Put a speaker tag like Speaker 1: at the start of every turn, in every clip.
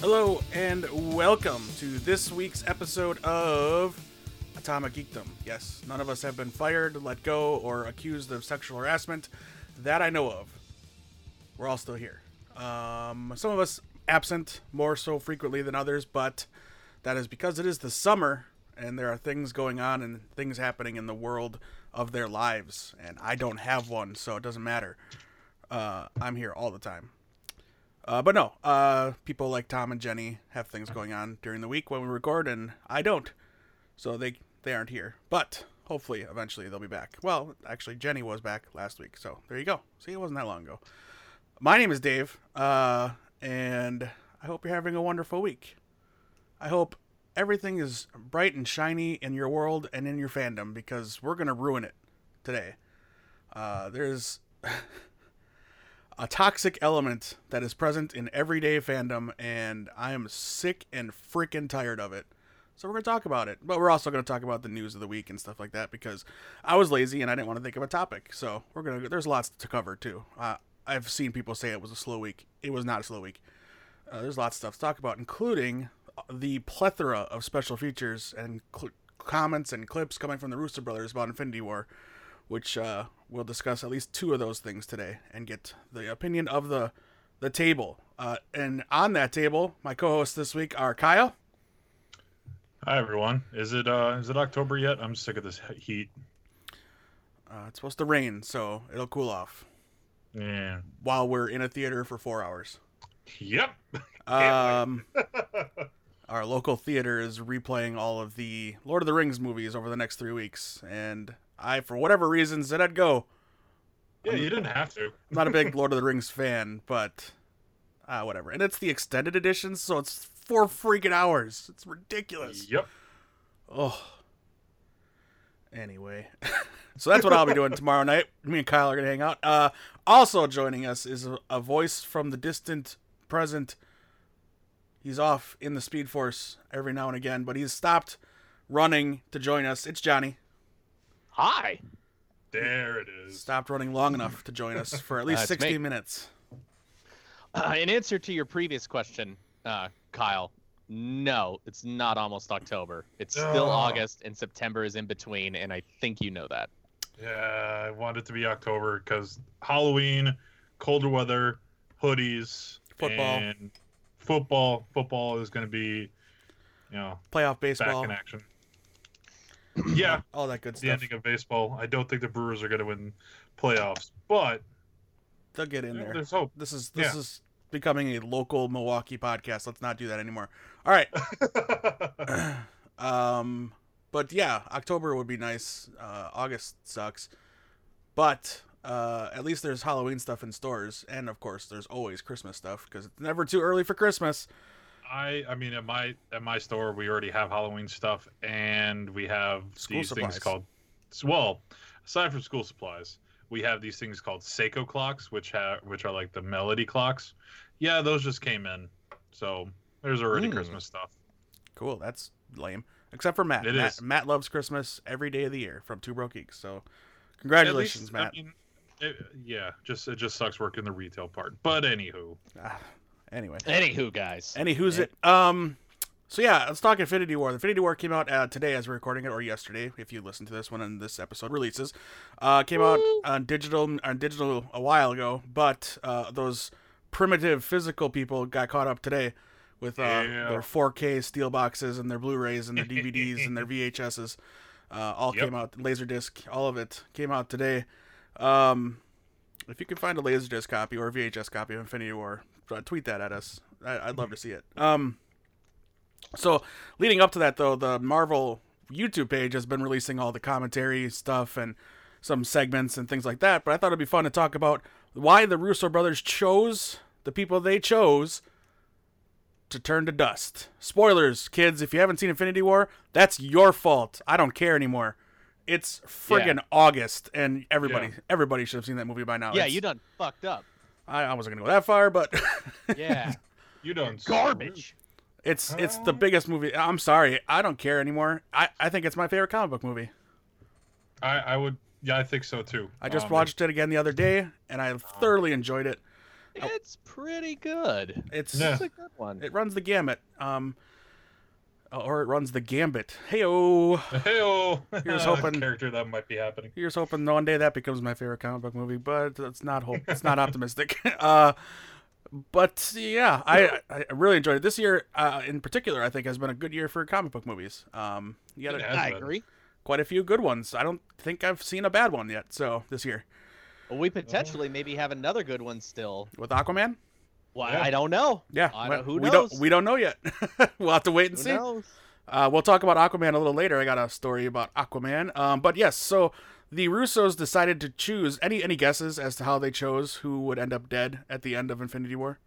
Speaker 1: Hello and welcome to this week's episode of Atomic Geekdom. Yes, none of us have been fired, let go, or accused of sexual harassment that I know of. We're all still here. Um, some of us absent more so frequently than others, but that is because it is the summer and there are things going on and things happening in the world of their lives. And I don't have one, so it doesn't matter. Uh, I'm here all the time. Uh, but no, uh, people like Tom and Jenny have things going on during the week when we record, and I don't, so they they aren't here. But hopefully, eventually they'll be back. Well, actually, Jenny was back last week, so there you go. See, it wasn't that long ago. My name is Dave, uh, and I hope you're having a wonderful week. I hope everything is bright and shiny in your world and in your fandom because we're gonna ruin it today. Uh, there's a toxic element that is present in everyday fandom, and I am sick and freaking tired of it. So we're gonna talk about it, but we're also gonna talk about the news of the week and stuff like that because I was lazy and I didn't want to think of a topic. So we're gonna there's lots to cover too. Uh, I've seen people say it was a slow week. It was not a slow week. Uh, there's lots of stuff to talk about, including uh, the plethora of special features and cl- comments and clips coming from the Rooster Brothers about Infinity War which uh, we'll discuss at least two of those things today and get the opinion of the the table. Uh, and on that table, my co-hosts this week are Kyle.
Speaker 2: Hi everyone. Is it uh is it October yet? I'm sick of this he- heat.
Speaker 1: Uh, it's supposed to rain, so it'll cool off
Speaker 2: Yeah.
Speaker 1: while we're in a theater for four hours.
Speaker 2: Yep.
Speaker 1: Um, our local theater is replaying all of the Lord of the Rings movies over the next three weeks, and I, for whatever reason, said I'd go.
Speaker 2: Yeah, you didn't have to.
Speaker 1: I'm not a big Lord of the Rings fan, but uh, whatever. And it's the extended edition, so it's four freaking hours. It's ridiculous.
Speaker 2: Yep.
Speaker 1: Oh. Anyway, so that's what I'll be doing tomorrow night. Me and Kyle are gonna hang out. Uh, also joining us is a, a voice from the distant present. He's off in the Speed Force every now and again, but he's stopped running to join us. It's Johnny.
Speaker 3: Hi.
Speaker 2: There it is.
Speaker 1: Stopped running long enough to join us for at least
Speaker 3: That's me.
Speaker 1: 60 minutes.
Speaker 3: Uh, in answer to your previous question, uh, Kyle, no, it's not almost October. It's still
Speaker 2: Oh.
Speaker 3: August, and September is in between, and I think you know that.
Speaker 2: Yeah, I want it to be October because Halloween, colder weather, hoodies,
Speaker 1: Football.
Speaker 2: and football. Football is going to be, you know,
Speaker 1: Playoff
Speaker 2: back
Speaker 1: baseball,
Speaker 2: in action. yeah,
Speaker 1: all that good
Speaker 2: the
Speaker 1: stuff.
Speaker 2: ending of baseball. I don't think the Brewers are going to win playoffs, but
Speaker 1: They'll get in there.
Speaker 2: there's hope.
Speaker 1: This is this
Speaker 2: Yeah.
Speaker 1: is becoming a local Milwaukee podcast. Let's not do that anymore. All right. um, but yeah, October would be nice. Uh, August sucks, but uh, at least there's Halloween stuff in stores, and of course there's always Christmas stuff because it's never too early for Christmas.
Speaker 2: I I mean at my at my store we already have Halloween stuff and we have
Speaker 1: School
Speaker 2: these
Speaker 1: supplies.
Speaker 2: things called well aside from school supplies we have these things called Seiko clocks which have which are like the melody clocks yeah those just came in so there's already
Speaker 1: Hmm.
Speaker 3: Mm.
Speaker 2: Christmas stuff
Speaker 1: Cool. That's lame. Except for Matt.
Speaker 2: It
Speaker 1: Matt,
Speaker 2: is.
Speaker 1: Matt loves Christmas every day of the year from Two Broke Geeks. So
Speaker 2: At
Speaker 1: congratulations,
Speaker 2: least, I
Speaker 1: Matt.
Speaker 2: mean, it- yeah just it just sucks working the retail part but anywho
Speaker 1: Ah, anyway.
Speaker 3: Anywho, guys.
Speaker 1: Any who's it? Um, so yeah, let's talk Infinity War. The Infinity War came out uh, today as we're recording it, or yesterday if you listen to this when and this episode releases. Uh, came out
Speaker 3: Woo.
Speaker 1: on digital on digital a while ago, but uh, those primitive physical people got caught up today with uh,
Speaker 2: Yeah.
Speaker 1: their 4K steel boxes and their Blu-rays and their DVDs and their VHSs. Uh, all
Speaker 2: Yep.
Speaker 1: came out Laserdisc, all of it came out today. Um, if you can find a Laserdisc copy or a VHS copy of Infinity War, uh, tweet that at us. I,
Speaker 2: Mm-hmm.
Speaker 1: I'd love to see it. Um, so leading up to that, though, the Marvel YouTube page has been releasing all the commentary stuff and some segments and things like that. But I thought it'd be fun to talk about why the Russo brothers chose the people they chose to turn to dust. Spoilers, kids. If you haven't seen Infinity War, that's your fault. I don't care anymore. It's friggin' August, and everybody
Speaker 2: Yeah.
Speaker 1: everybody should have seen that movie by now.
Speaker 3: yeah,
Speaker 1: It's-
Speaker 3: you done fucked up.
Speaker 1: I, I wasn't gonna go that far, but
Speaker 3: Yeah.
Speaker 2: you don't
Speaker 3: Garbage.
Speaker 1: it's it's the biggest movie. I'm sorry, I don't care anymore. I, I think it's my favorite comic book movie.
Speaker 2: I I would yeah I think so too
Speaker 1: I just
Speaker 2: Um,
Speaker 1: watched it again the other day, and I thoroughly enjoyed it.
Speaker 3: It's pretty good.
Speaker 1: It's
Speaker 2: Yeah.
Speaker 3: It's a good one.
Speaker 1: Oh. it runs the gamut. Um, uh, or it runs the gambit. Heyo.
Speaker 2: Hey,
Speaker 1: Here's hoping-
Speaker 2: character that might be happening.
Speaker 1: Here's hoping one day that becomes my favorite comic book movie, but it's not hope. It's not optimistic. Uh, but yeah, I I really enjoyed it. This year, uh, in particular, I think has been a good year for comic book movies. Um, you got
Speaker 2: It has
Speaker 3: I
Speaker 2: been.
Speaker 3: agree.
Speaker 1: quite a few good ones. I don't think I've seen a bad one yet. So this year
Speaker 3: Well, we potentially maybe have another good one still.
Speaker 1: with Aquaman,
Speaker 3: Well,
Speaker 2: Yeah.
Speaker 3: I don't know.
Speaker 1: yeah,
Speaker 3: I
Speaker 1: well,
Speaker 3: don't- who
Speaker 1: we
Speaker 3: knows?
Speaker 1: don't we don't know yet. we'll have to wait and
Speaker 3: Who
Speaker 1: see.
Speaker 3: knows?
Speaker 1: Uh, we'll talk about Aquaman a little later. I got a story about Aquaman. Um, but yes, so the Russos decided to choose. Any any guesses as to how they chose who would end up dead at the end of Infinity War?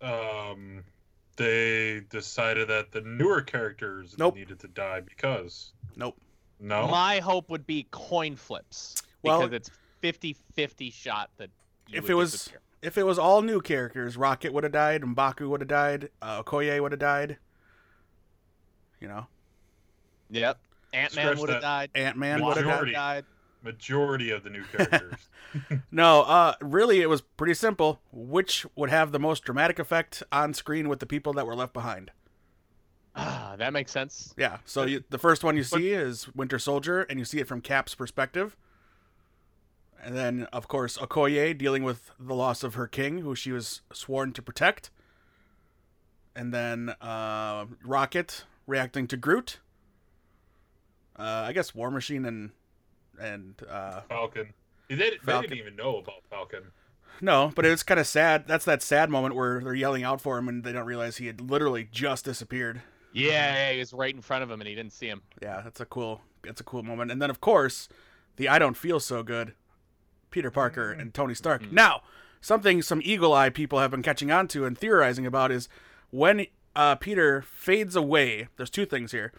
Speaker 2: Um, they decided that the newer characters
Speaker 1: Nope.
Speaker 2: needed to die because
Speaker 1: Nope.
Speaker 2: no,
Speaker 3: My hope would be coin flips
Speaker 1: Well-
Speaker 3: because it's 50-50 shot that you
Speaker 1: If
Speaker 3: would
Speaker 1: it was-
Speaker 3: disappear.
Speaker 1: If it was all new characters, Rocket would have died, Mbaku would have died, uh, Okoye would have died. You know,
Speaker 3: Yep. Ant Man
Speaker 2: Scratch
Speaker 3: would have
Speaker 2: that.
Speaker 3: died.
Speaker 1: Ant Man would
Speaker 3: Wasp
Speaker 1: have died.
Speaker 2: Majority.
Speaker 3: died.
Speaker 2: majority of the new characters.
Speaker 1: No, uh, really, it was pretty simple. Which would have the most dramatic effect on screen with the people that were left behind?
Speaker 3: Ah, that makes sense.
Speaker 1: Yeah. So you, the first one you see is Winter Soldier, and you see it from Cap's perspective. And then, of course, Okoye dealing with the loss of her king, who she was sworn to protect. And then uh, Rocket reacting to Groot. Uh, I guess War Machine and and uh,
Speaker 2: Falcon. They, they
Speaker 1: Falcon.
Speaker 2: didn't even know about Falcon.
Speaker 1: no, but it's kind of sad. That's that sad moment where they're yelling out for him and they don't realize he had literally just disappeared.
Speaker 3: Yeah, yeah, he was right in front of him and he didn't see him.
Speaker 1: Yeah, that's a cool that's a cool moment. And then of course, the I don't feel so good Peter Parker and Tony Stark.
Speaker 3: Mm.
Speaker 1: Now, something some eagle eye people have been catching on to and theorizing about is when uh, Peter fades away, there's two things here.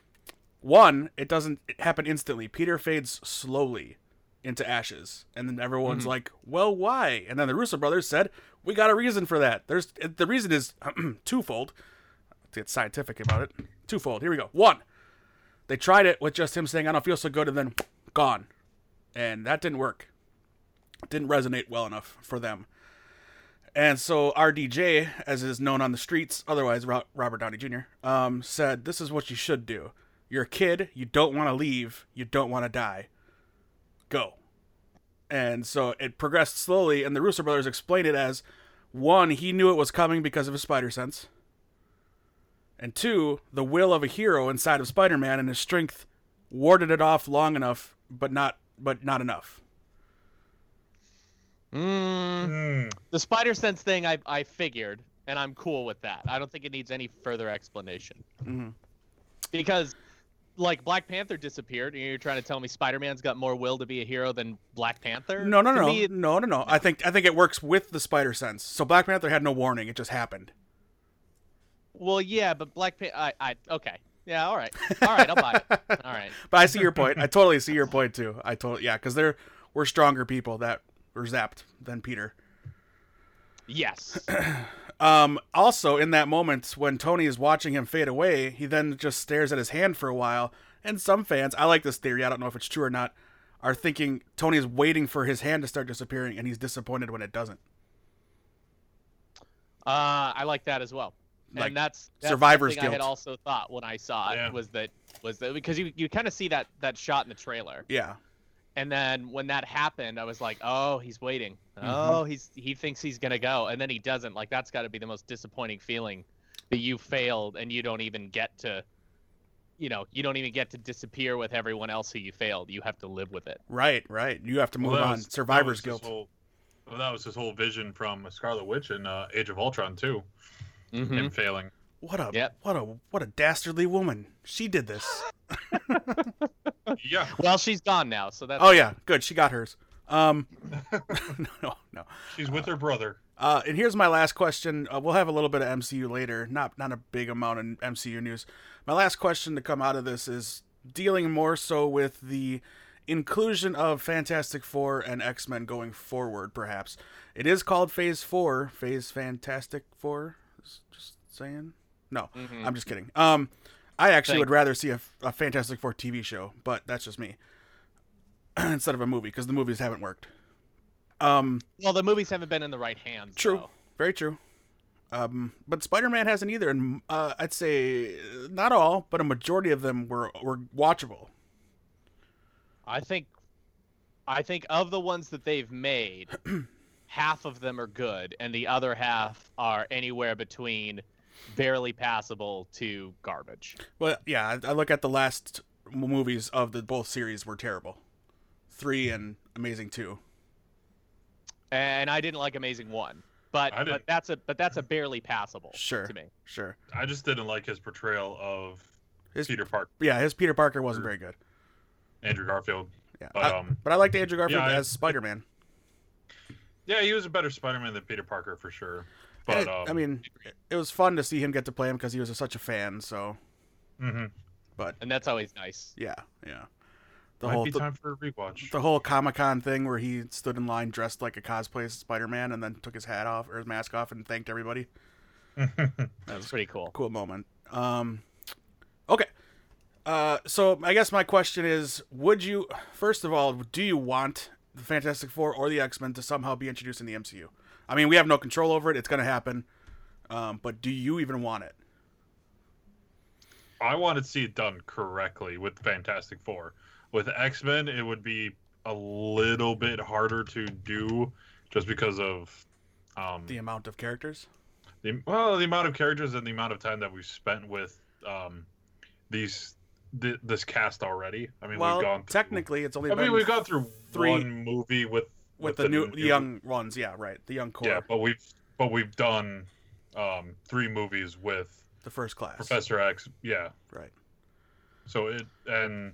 Speaker 1: One, it doesn't happen instantly. Peter fades slowly into ashes. And then everyone's
Speaker 3: Mhm.
Speaker 1: like, well, why? And then the Russo brothers said, we got a reason for that. There's The reason is twofold. To get scientific about it, twofold. Here we go. One, they tried it with just him saying, I don't feel so good, and then gone. And that didn't work didn't resonate well enough for them. And so RDJ, as is known on the streets, otherwise Ro- Robert Downey Jr., um, said, This is what you should do. You're a kid. You don't want to leave. You don't want to die. Go. And so it progressed slowly, and the Russo brothers explained it as one, he knew it was coming because of his spider sense, and two, the will of a hero inside of Spider Man and his strength warded it off long enough, but not but not enough.
Speaker 3: Mm,
Speaker 2: Hmm.
Speaker 3: the spider sense thing, I, I figured, and I'm cool with that. I don't think it needs any further explanation
Speaker 1: Mm-hmm.
Speaker 3: because, like, Black Panther disappeared, and you're trying to tell me Spider Man's got more will to be a hero than Black Panther?
Speaker 1: No, no,
Speaker 3: To
Speaker 1: no,
Speaker 3: me, it-
Speaker 1: no, no, no. I think I think it works with the spider sense. So Black Panther had no warning; it just happened.
Speaker 3: well, yeah, but Black Panther. I, I, okay. Yeah, all right. All right, I'll buy it. All right.
Speaker 1: But I see your point. I totally see your point too. I totally yeah, because there were stronger people that were zapped than Peter.
Speaker 3: Yes.
Speaker 1: Um, also, in that moment when Tony is watching him fade away, he then just stares at his hand for a while. And some fans, I like this theory. I don't know if it's true or not, are thinking Tony is waiting for his hand to start disappearing, and he's disappointed when it doesn't.
Speaker 3: Uh, I like that as well.
Speaker 1: Like,
Speaker 3: and that's, that's
Speaker 1: survivor's
Speaker 3: something I had
Speaker 1: guilt.
Speaker 3: also thought when I saw it
Speaker 2: Yeah.
Speaker 3: was that was that because you, you kind of see that that shot in the trailer,
Speaker 1: Yeah,
Speaker 3: and then when that happened, I was like, oh, he's waiting.
Speaker 1: Mm-hmm.
Speaker 3: Oh, he's he thinks he's gonna go, and then he doesn't. Like that's got to be the most disappointing feeling that you failed and you don't even get to, you know, you don't even get to disappear with everyone else who you failed. You have to live with it.
Speaker 1: right, right. You have to move
Speaker 2: Well, that
Speaker 1: on.
Speaker 2: was- that was
Speaker 1: Survivor's
Speaker 2: his
Speaker 1: guilt.
Speaker 2: whole- well, that was his whole vision from Scarlet Witch and uh, Age of Ultron too.
Speaker 1: Mm-hmm.
Speaker 3: Mm-hmm.
Speaker 2: Him failing.
Speaker 1: What a
Speaker 3: Yep.
Speaker 1: what a what a dastardly woman. She did this.
Speaker 2: Yeah,
Speaker 3: Well, she's gone now, so that's
Speaker 1: Oh yeah, good. She got hers. Um, no, no.
Speaker 2: she's with her brother.
Speaker 1: Uh, and here's my last question. Uh, we'll have a little bit of MCU later. Not not a big amount in MCU news. My last question to come out of this is dealing more so with the inclusion of Fantastic Four and X Men going forward. Perhaps it is called Phase Four. Phase Fantastic Four. Just saying. No,
Speaker 3: Mhm.
Speaker 1: I'm just kidding. Um, I actually
Speaker 3: Thank-
Speaker 1: would rather see a, a Fantastic Four TV show, but that's just me. Instead of a movie, because the movies haven't worked. Um,
Speaker 3: Well, the movies haven't been in the right hands.
Speaker 1: True.
Speaker 3: though.
Speaker 1: Very true. Um, but Spider-Man hasn't either, and uh, I'd say uh, not all, but a majority of them were were watchable.
Speaker 3: I think, I think of the ones that they've made, half of them are good, and the other half are anywhere between barely passable to garbage.
Speaker 1: Well, yeah, I, I look at the last m- movies of the both series were terrible, three and Amazing Two.
Speaker 3: And I didn't like Amazing One, but,
Speaker 2: I
Speaker 3: but
Speaker 2: didn't.
Speaker 3: that's a but that's a barely passable
Speaker 1: Sure.
Speaker 3: to me.
Speaker 1: Sure,
Speaker 2: I just didn't like his portrayal of
Speaker 1: his
Speaker 2: Peter Park,
Speaker 1: yeah, his Peter Parker wasn't very good.
Speaker 2: Andrew Garfield.
Speaker 1: Yeah,
Speaker 2: But,
Speaker 1: I-
Speaker 2: um,
Speaker 1: but I liked Andrew Garfield
Speaker 2: yeah, I-
Speaker 1: as Spider-Man.
Speaker 2: yeah, he was a better Spider-Man than Peter Parker for sure. But
Speaker 1: And it-
Speaker 2: um,
Speaker 1: I mean, it- it was fun to see him get to play him because he was such a fan. So,
Speaker 2: mhm.
Speaker 1: but
Speaker 3: and that's always nice.
Speaker 1: yeah, yeah, the
Speaker 2: might
Speaker 1: whole
Speaker 2: be
Speaker 1: the,
Speaker 2: time for a rewatch.
Speaker 1: the whole Comic Con thing where he stood in line dressed like a cosplay Spider-Man and then took his hat off or his mask off and thanked everybody. That was
Speaker 3: That's pretty cool.
Speaker 1: cool moment. Um, okay. Uh, so I guess my question is: Would you, first of all, do you want the Fantastic Four or the X Men to somehow be introduced in the MCU? I mean, we have no control over it; it's going to happen. Um, but do you even want it?
Speaker 2: I wanted to see it done correctly with Fantastic Four. With X Men, it would be a little bit harder to do just because of um,
Speaker 1: The amount of characters.
Speaker 2: the well the amount of characters and the amount of time that we've spent with um, these th- this cast already. I mean,
Speaker 1: well,
Speaker 2: we've gone through,
Speaker 1: technically, it's only
Speaker 2: I mean,
Speaker 1: been
Speaker 2: we've gone through
Speaker 1: three-
Speaker 2: one movie with
Speaker 1: with the new, the young ones. Yeah, right. The young core,
Speaker 2: yeah, but we've but we've done um, three movies with
Speaker 1: the first class.
Speaker 2: Professor X. Yeah,
Speaker 1: Right.
Speaker 2: So it and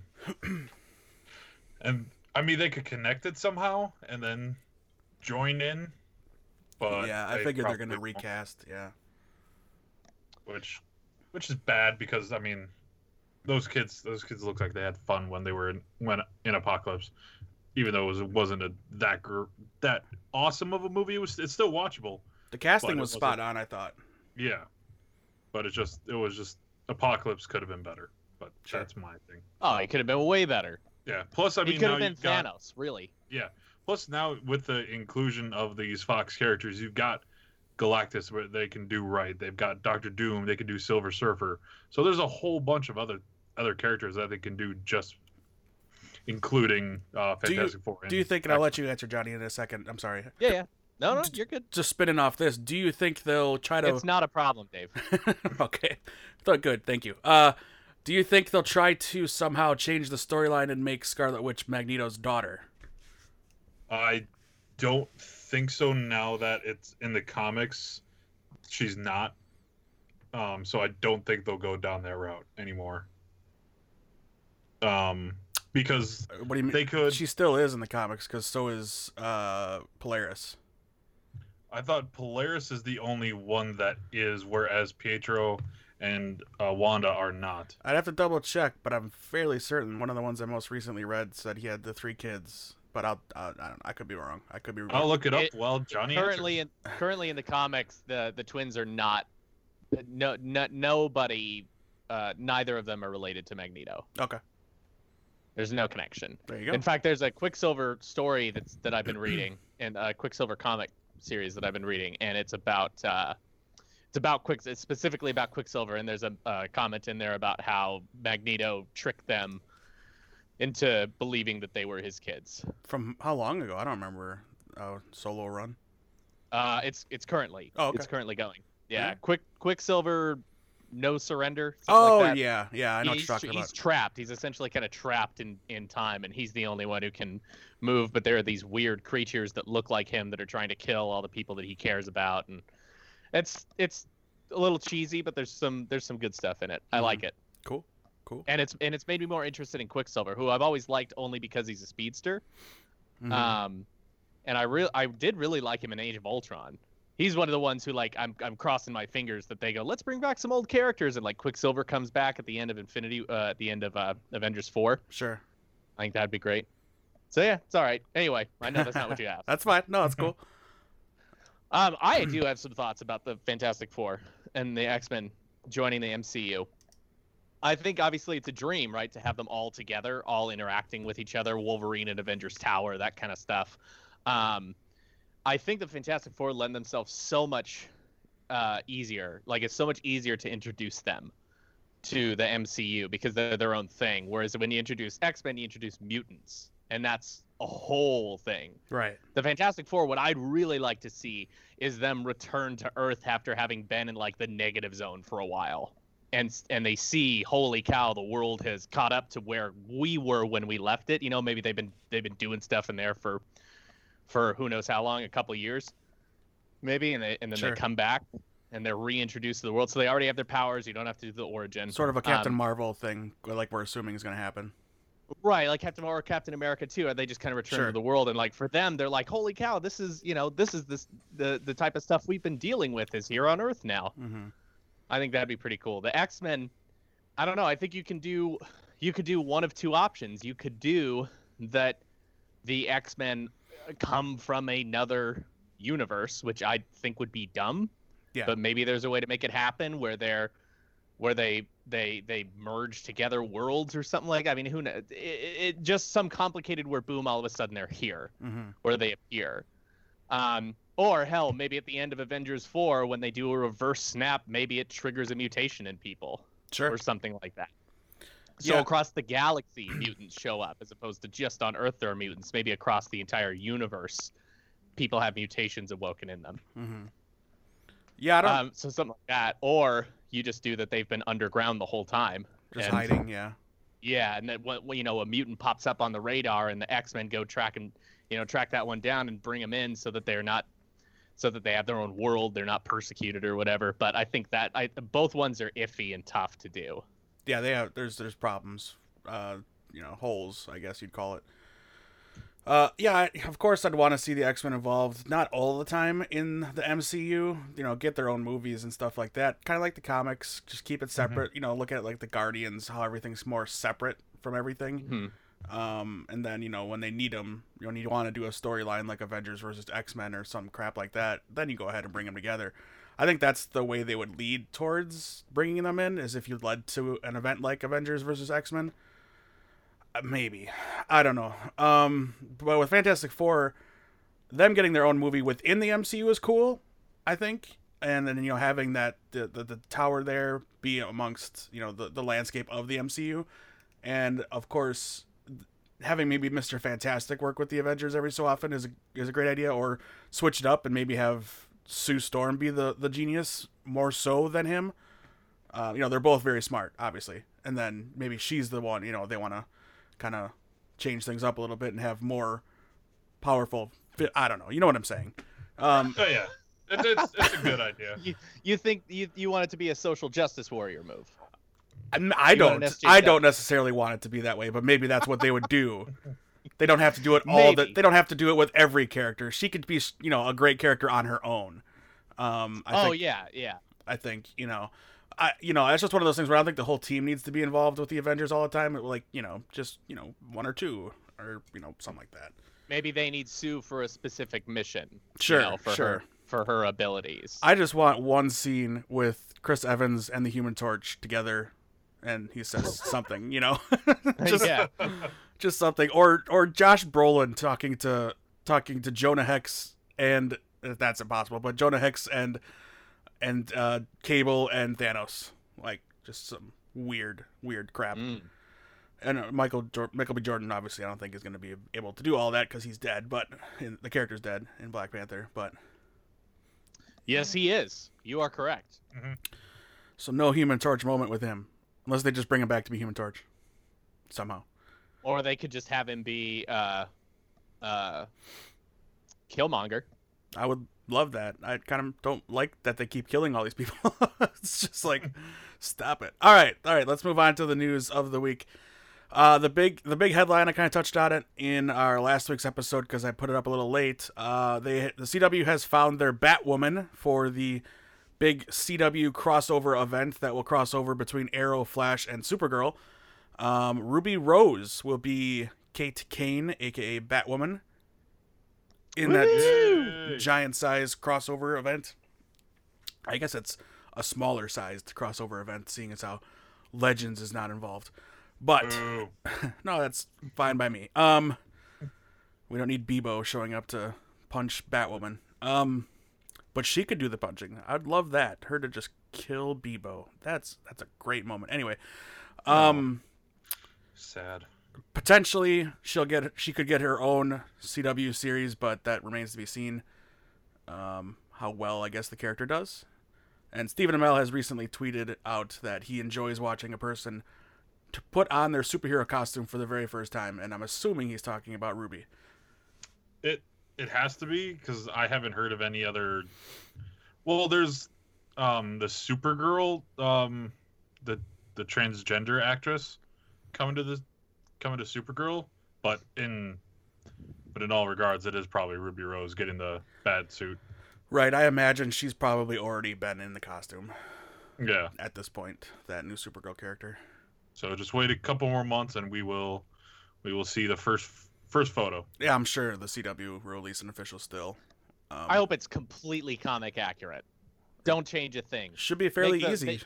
Speaker 2: and I mean they could connect it somehow and then join in. But
Speaker 1: yeah, I
Speaker 2: they
Speaker 1: figured they're
Speaker 2: probably
Speaker 1: going to
Speaker 2: won't,
Speaker 1: recast. Yeah.
Speaker 2: which which is bad because I mean those kids those kids look like they had fun when they were in, when in Apocalypse, even though it was, wasn't a, that gr- that awesome of a movie. It was it's still watchable.
Speaker 1: The casting
Speaker 2: But it
Speaker 1: was spot
Speaker 2: wasn't-
Speaker 1: on, I thought.
Speaker 2: Yeah, but it just it was just Apocalypse could have been better. But
Speaker 1: Sure.
Speaker 2: that's my thing.
Speaker 3: Oh, it could have been way better.
Speaker 2: Yeah. Plus, I
Speaker 3: it
Speaker 2: mean,
Speaker 3: could
Speaker 2: now
Speaker 3: have been
Speaker 2: you've got-
Speaker 3: Thanos, really.
Speaker 2: Plus, now with the inclusion of these Fox characters, you've got Galactus, where they can do right. They've got Doctor Doom. They can do Silver Surfer. So there's a whole bunch of other other characters that they can do just, including uh,
Speaker 1: Do you-
Speaker 2: Fantastic Four.
Speaker 1: Do you think, and I'll let you answer Johnny in a second. I'm sorry.
Speaker 3: Yeah, yeah. No, no, you're good.
Speaker 1: just spinning off this, do you think they'll try to?
Speaker 3: It's not a problem, Dave.
Speaker 1: okay, Th- good. Thank you. Uh, do you think they'll try to somehow change the storyline and make Scarlet Witch Magneto's daughter?
Speaker 2: I don't think so. Now that it's in the comics, she's not. Um, so I don't think they'll go down that route anymore. Um, because
Speaker 1: Uh, What do you mean?
Speaker 2: they could.
Speaker 1: She still is in the comics because so is uh, Polaris.
Speaker 2: I thought Polaris is the only one that is, whereas Pietro and uh, Wanda are not.
Speaker 1: I'd have to double check, but I'm fairly certain one of the ones I most recently read said he had the three kids. But I'll, I, I don't know. I could be wrong. I could be wrong.
Speaker 2: I'll look it up
Speaker 3: It-
Speaker 2: while Johnny
Speaker 3: currently
Speaker 2: answers.
Speaker 3: in currently in the comics, the the twins are not. No, no nobody. Uh, neither of them are related to Magneto.
Speaker 1: Okay.
Speaker 3: There's no connection.
Speaker 1: there you go.
Speaker 3: In fact, there's a Quicksilver story that's that I've been reading, and a Quicksilver comic series that I've been reading, and it's about uh, it's about Quick, it's specifically about Quicksilver, and there's a uh, comment in there about how Magneto tricked them into believing that they were his kids.
Speaker 1: From how long ago? I don't remember. Uh, solo run.
Speaker 3: Uh, it's it's currently
Speaker 1: Oh, okay. Mm-hmm.
Speaker 3: it's currently going. Yeah,
Speaker 1: Yeah.
Speaker 3: Quick Quicksilver, no surrender. something
Speaker 1: Oh
Speaker 3: like that.
Speaker 1: yeah, yeah. I know what you're
Speaker 3: he's,
Speaker 1: talking
Speaker 3: he's
Speaker 1: about.
Speaker 3: trapped. He's essentially kind of trapped in, in time, and he's the only one who can move. But there are these weird creatures that look like him that are trying to kill all the people that he cares about, and it's it's a little cheesy, but there's some there's some good stuff in it. I
Speaker 1: Mhm.
Speaker 3: like it,
Speaker 1: Cool, cool.
Speaker 3: and it's and it's made me more interested in Quicksilver, who I've always liked only because he's a speedster.
Speaker 1: Mhm.
Speaker 3: Um, and I real I did really like him in Age of Ultron. He's one of the ones who like I'm I'm crossing my fingers that they go let's bring back some old characters and like Quicksilver comes back at the end of Infinity uh, at the end of uh, Avengers four.
Speaker 1: sure.
Speaker 3: I think that'd be great. So yeah, it's all right. Anyway, I know that's not what you asked.
Speaker 1: That's fine. No,
Speaker 3: mm-hmm.
Speaker 1: it's cool.
Speaker 3: Um, I do have some thoughts about the Fantastic Four and the X Men joining the MCU. I think obviously it's a dream, right, to have them all together, all interacting with each other, Wolverine and Avengers Tower, that kind of stuff. Um, I think the Fantastic Four lend themselves so much uh, easier. Like it's so much easier to introduce them to the MCU because they're their own thing. Whereas when you introduce X Men, you introduce mutants, and that's a whole thing.
Speaker 1: Right.
Speaker 3: The Fantastic Four, what I'd really like to see is them return to Earth after having been in like the negative zone for a while. And, and they see, holy cow, the world has caught up to where we were when we left it. You know, maybe they've been they've been doing stuff in there for for who knows how long, a couple years, maybe, and they, and then
Speaker 1: Sure.
Speaker 3: they come back and they're reintroduced to the world. So they already have their powers. You don't have to do the origin.
Speaker 1: Sort of a Captain
Speaker 3: Um,
Speaker 1: Marvel thing, like we're assuming is going to happen.
Speaker 3: Right, like Captain Marvel, Captain America too. They just kind of return
Speaker 1: Sure.
Speaker 3: to the world, and like for them, they're like, "Holy cow, this is you know, this is this the the type of stuff we've been dealing with is here on Earth now."
Speaker 1: Mm-hmm.
Speaker 3: I think that'd be pretty cool. The X Men, I don't know. I think you can do you could do one of two options. You could do that the X Men come from another universe, which I think would be dumb.
Speaker 1: Yeah.
Speaker 3: But maybe there's a way to make it happen where they're where they they they merge together worlds or something like. I mean, who knows? It, it, just some complicated where boom, all of a sudden they're here
Speaker 1: Mm-hmm.
Speaker 3: where they appear. Um, or hell, maybe at the end of Avengers 4, when they do a reverse snap, maybe it triggers a mutation in people
Speaker 1: Sure.
Speaker 3: or something like that. So
Speaker 1: Yeah.
Speaker 3: across the galaxy, mutants show up as opposed to just on Earth, there are mutants. Maybe across the entire universe, people have mutations awoken in them.
Speaker 1: Mm-hmm. Yeah, I don't.
Speaker 3: Um, so something like that. Or you just do that they've been underground the whole time.
Speaker 1: just
Speaker 3: and-
Speaker 1: hiding. Yeah.
Speaker 3: Yeah, and that when when, you know a mutant pops up on the radar, and the X Men go track and you know track that one down and bring him in so that they're not, so that they have their own world, they're not persecuted or whatever. But I think that I both ones are iffy and tough to do.
Speaker 1: Yeah, they have. There's there's problems. Uh, you know, holes. I guess you'd call it. Uh, yeah, I, of course I'd want to see the X Men involved, not all the time in the MCU. You know, get their own movies and stuff like that. Kind of like the comics, just keep it separate. You know, look at it like the Guardians, how everything's more separate from everything.
Speaker 3: Mhm.
Speaker 1: Um, and then you know when they need them, you know, you want to do a storyline like Avengers versus X Men or some crap like that. Then you go ahead and bring them together. I think that's the way they would lead towards bringing them in is if you led to an event like Avengers versus X Men. Maybe I don't know. Um, but with Fantastic Four, them getting their own movie within the MCU is cool. I think, and then you know having that the the, the tower there be amongst you know the the landscape of the MCU, and of course having maybe Mister Fantastic work with the Avengers every so often is a, is a great idea, or switch it up and maybe have Sue Storm be the the genius more so than him. Uh, you know, they're both very smart, obviously, and then maybe she's the one. You know, they want to kind of change things up a little bit and have more powerful. Fi- I don't know. You know what I'm saying? Um,
Speaker 2: Oh yeah, it's, it's, it's a good idea.
Speaker 3: You, you think you, you want it to be a social justice warrior move?
Speaker 1: I'm- I
Speaker 3: You want
Speaker 1: don't.
Speaker 3: an SJ7.
Speaker 1: I don't necessarily want it to be that way, but maybe that's what they would do. They don't have to do it all. The,
Speaker 3: Maybe.
Speaker 1: they don't have to do it with every character. She could be, you know, a great character on her own. Um, I
Speaker 3: oh
Speaker 1: think,
Speaker 3: yeah, yeah.
Speaker 1: I think you know, I you know, that's just one of those things where I don't think the whole team needs to be involved with the Avengers all the time. It- Like you know, just you know, one or two or you know, something like that.
Speaker 3: Maybe they need Sue for a specific mission. you
Speaker 1: Sure,
Speaker 3: know, for
Speaker 1: sure.
Speaker 3: Her, for her abilities.
Speaker 1: I just want one scene with Chris Evans and the Human Torch together, and he says something, you know, just
Speaker 3: yeah,
Speaker 1: just something, or or Josh Brolin talking to talking to Jonah Hex and uh, that's impossible, but Jonah Hex and and uh, Cable and Thanos, like just some weird weird crap.
Speaker 3: Mm.
Speaker 1: And uh, Michael Jor- Michael B. Jordan obviously I don't think is going to be able to do all that because he's dead, but and the character's dead in Black Panther, but.
Speaker 3: yes, he is. You are correct.
Speaker 1: So no Human Torch moment with him, unless they just bring him back to be Human Torch, somehow.
Speaker 3: Or they could just have him be uh, uh, Killmonger.
Speaker 1: I would love that. I kind of don't like that they keep killing all these people. it's just like, stop it. All right, all right. Let's move on to the news of the week. Uh, the big, the big headline. I kind of touched on it in our last week's episode because I put it up a little late. Uh, they, the CW has found their Batwoman for the big CW crossover event that will cross over between Arrow, Flash, and Supergirl. Um, Ruby Rose will be Kate Kane, aka Batwoman, in that
Speaker 2: Yay.
Speaker 1: giant size crossover event. I guess it's a smaller sized crossover event, seeing as how Legends is not involved. But
Speaker 2: Boo.
Speaker 1: no, that's fine by me. Um, we don't need Bebo showing up to punch Batwoman. Um, but she could do the punching. I'd love that. Her to just kill Bebo. That's that's a great moment. Anyway, um,
Speaker 2: Sad.
Speaker 1: potentially she'll get she could get her own CW series, but that remains to be seen. Um, how well I guess the character does. And Stephen Amell has recently tweeted out that he enjoys watching a person to put on their superhero costume for the very first time, and I'm assuming he's talking about Ruby.
Speaker 2: It it has to be because I haven't heard of any other. Well, there's um, the Supergirl, um, the the transgender actress coming to the coming to Supergirl, but in but in all regards, it is probably Ruby Rose getting the bad suit.
Speaker 1: Right, I imagine she's probably already been in the costume
Speaker 2: Yeah.
Speaker 1: at this point, that new Supergirl character.
Speaker 2: So just wait a couple more months, and we will we will see the first first photo.
Speaker 1: Yeah, I'm sure the CW will release an official still. Um,
Speaker 3: I hope it's completely comic accurate. Don't change a thing.
Speaker 1: should be fairly
Speaker 3: the-
Speaker 1: easy.
Speaker 3: make-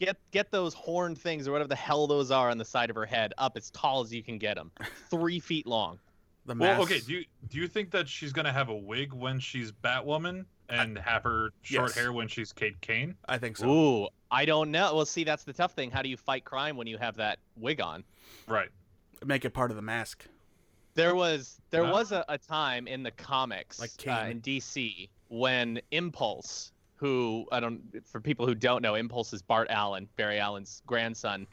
Speaker 3: Get get those horn things or whatever the hell those are on the side of her head up as tall as you can get them, three feet long.
Speaker 1: the mask.
Speaker 2: Well, okay. Do you do you think that she's gonna have a wig when she's Batwoman and have her short
Speaker 1: Yes.
Speaker 2: hair when she's Kate Kane?
Speaker 1: I think so.
Speaker 3: Ooh, I don't know. Well, see, that's the tough thing. How do you fight crime when you have that wig on?
Speaker 2: Right.
Speaker 1: Make it part of the mask.
Speaker 3: There was there
Speaker 2: Ah.
Speaker 3: was a, a time in the comics
Speaker 1: Like
Speaker 3: uh,
Speaker 1: Kane.
Speaker 3: in DC when Impulse, who I don't for people who don't know, Impulse is Bart Allen, Barry Allen's grandson,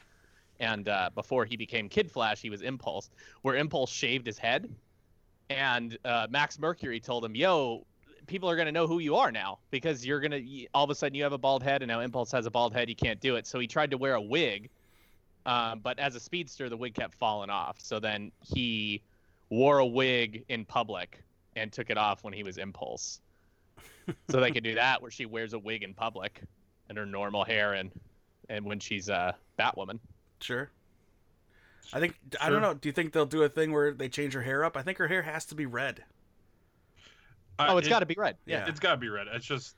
Speaker 3: and uh, before he became Kid Flash, he was Impulse. Where Impulse shaved his head, and uh, Max Mercury told him, "Yo." People are gonna know who you are now because you're gonna y- all of a sudden you have a bald head and now Impulse has a bald head. You can't do it. So he tried to wear a wig, um, but as a speedster, the wig kept falling off. So then he wore a wig in public and took it off when he was impulse. so they could do that where she wears a wig in public and her normal hair and and when she's a uh, Batwoman.
Speaker 1: Sure. I think I don't
Speaker 2: Sure.
Speaker 1: know. Do you think they'll do a thing where they change her hair up? I think her hair has to be red.
Speaker 3: Oh, it's
Speaker 2: it's
Speaker 3: got to be red.
Speaker 1: Yeah.
Speaker 2: It's got to be red. It's just,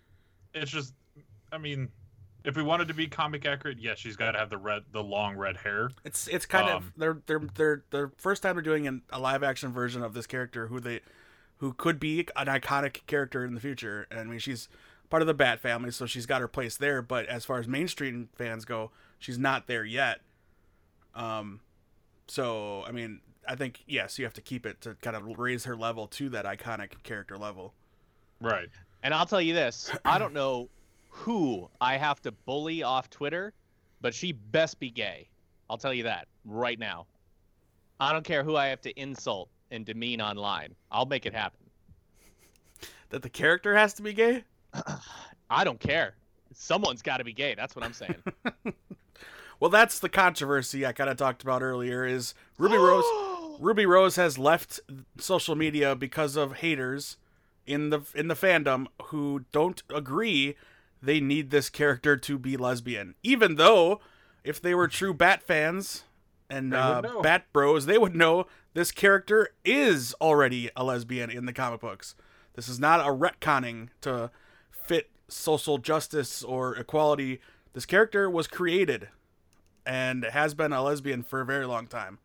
Speaker 2: it's just. I mean, if we wanted to be comic accurate, yes, she's got to have the red, the long red hair.
Speaker 1: It's it's kind
Speaker 2: Um,
Speaker 1: of they're they're they're the first time they're doing an, a live action version of this character who they who could be an iconic character in the future. And I mean, she's part of the Bat family, so she's got her place there. But as far as mainstream fans go, she's not there yet. Um, so I mean, I think yes, you have to keep it to kind of raise her level to that iconic character level.
Speaker 2: Right.
Speaker 3: And I'll tell you this, I don't know who I have to bully off Twitter, but she best be gay. I'll tell you that right now. I don't care who I have to insult and demean online. I'll make it happen.
Speaker 1: That the character has to be gay.
Speaker 3: I don't care. Someone's got to be gay. That's what I'm saying.
Speaker 1: Well, that's the controversy I kind of talked about earlier. Is Ruby Rose? Ruby Rose has left social media because of haters in the in the fandom who don't agree they need this character to be lesbian. Even though, if they were true Bat fans and
Speaker 2: They would
Speaker 1: uh,
Speaker 2: know.
Speaker 1: Bat Bros, they would know this character is already a lesbian in the comic books. This is not a retconning to fit social justice or equality. This character was created and has been a lesbian for a very long time.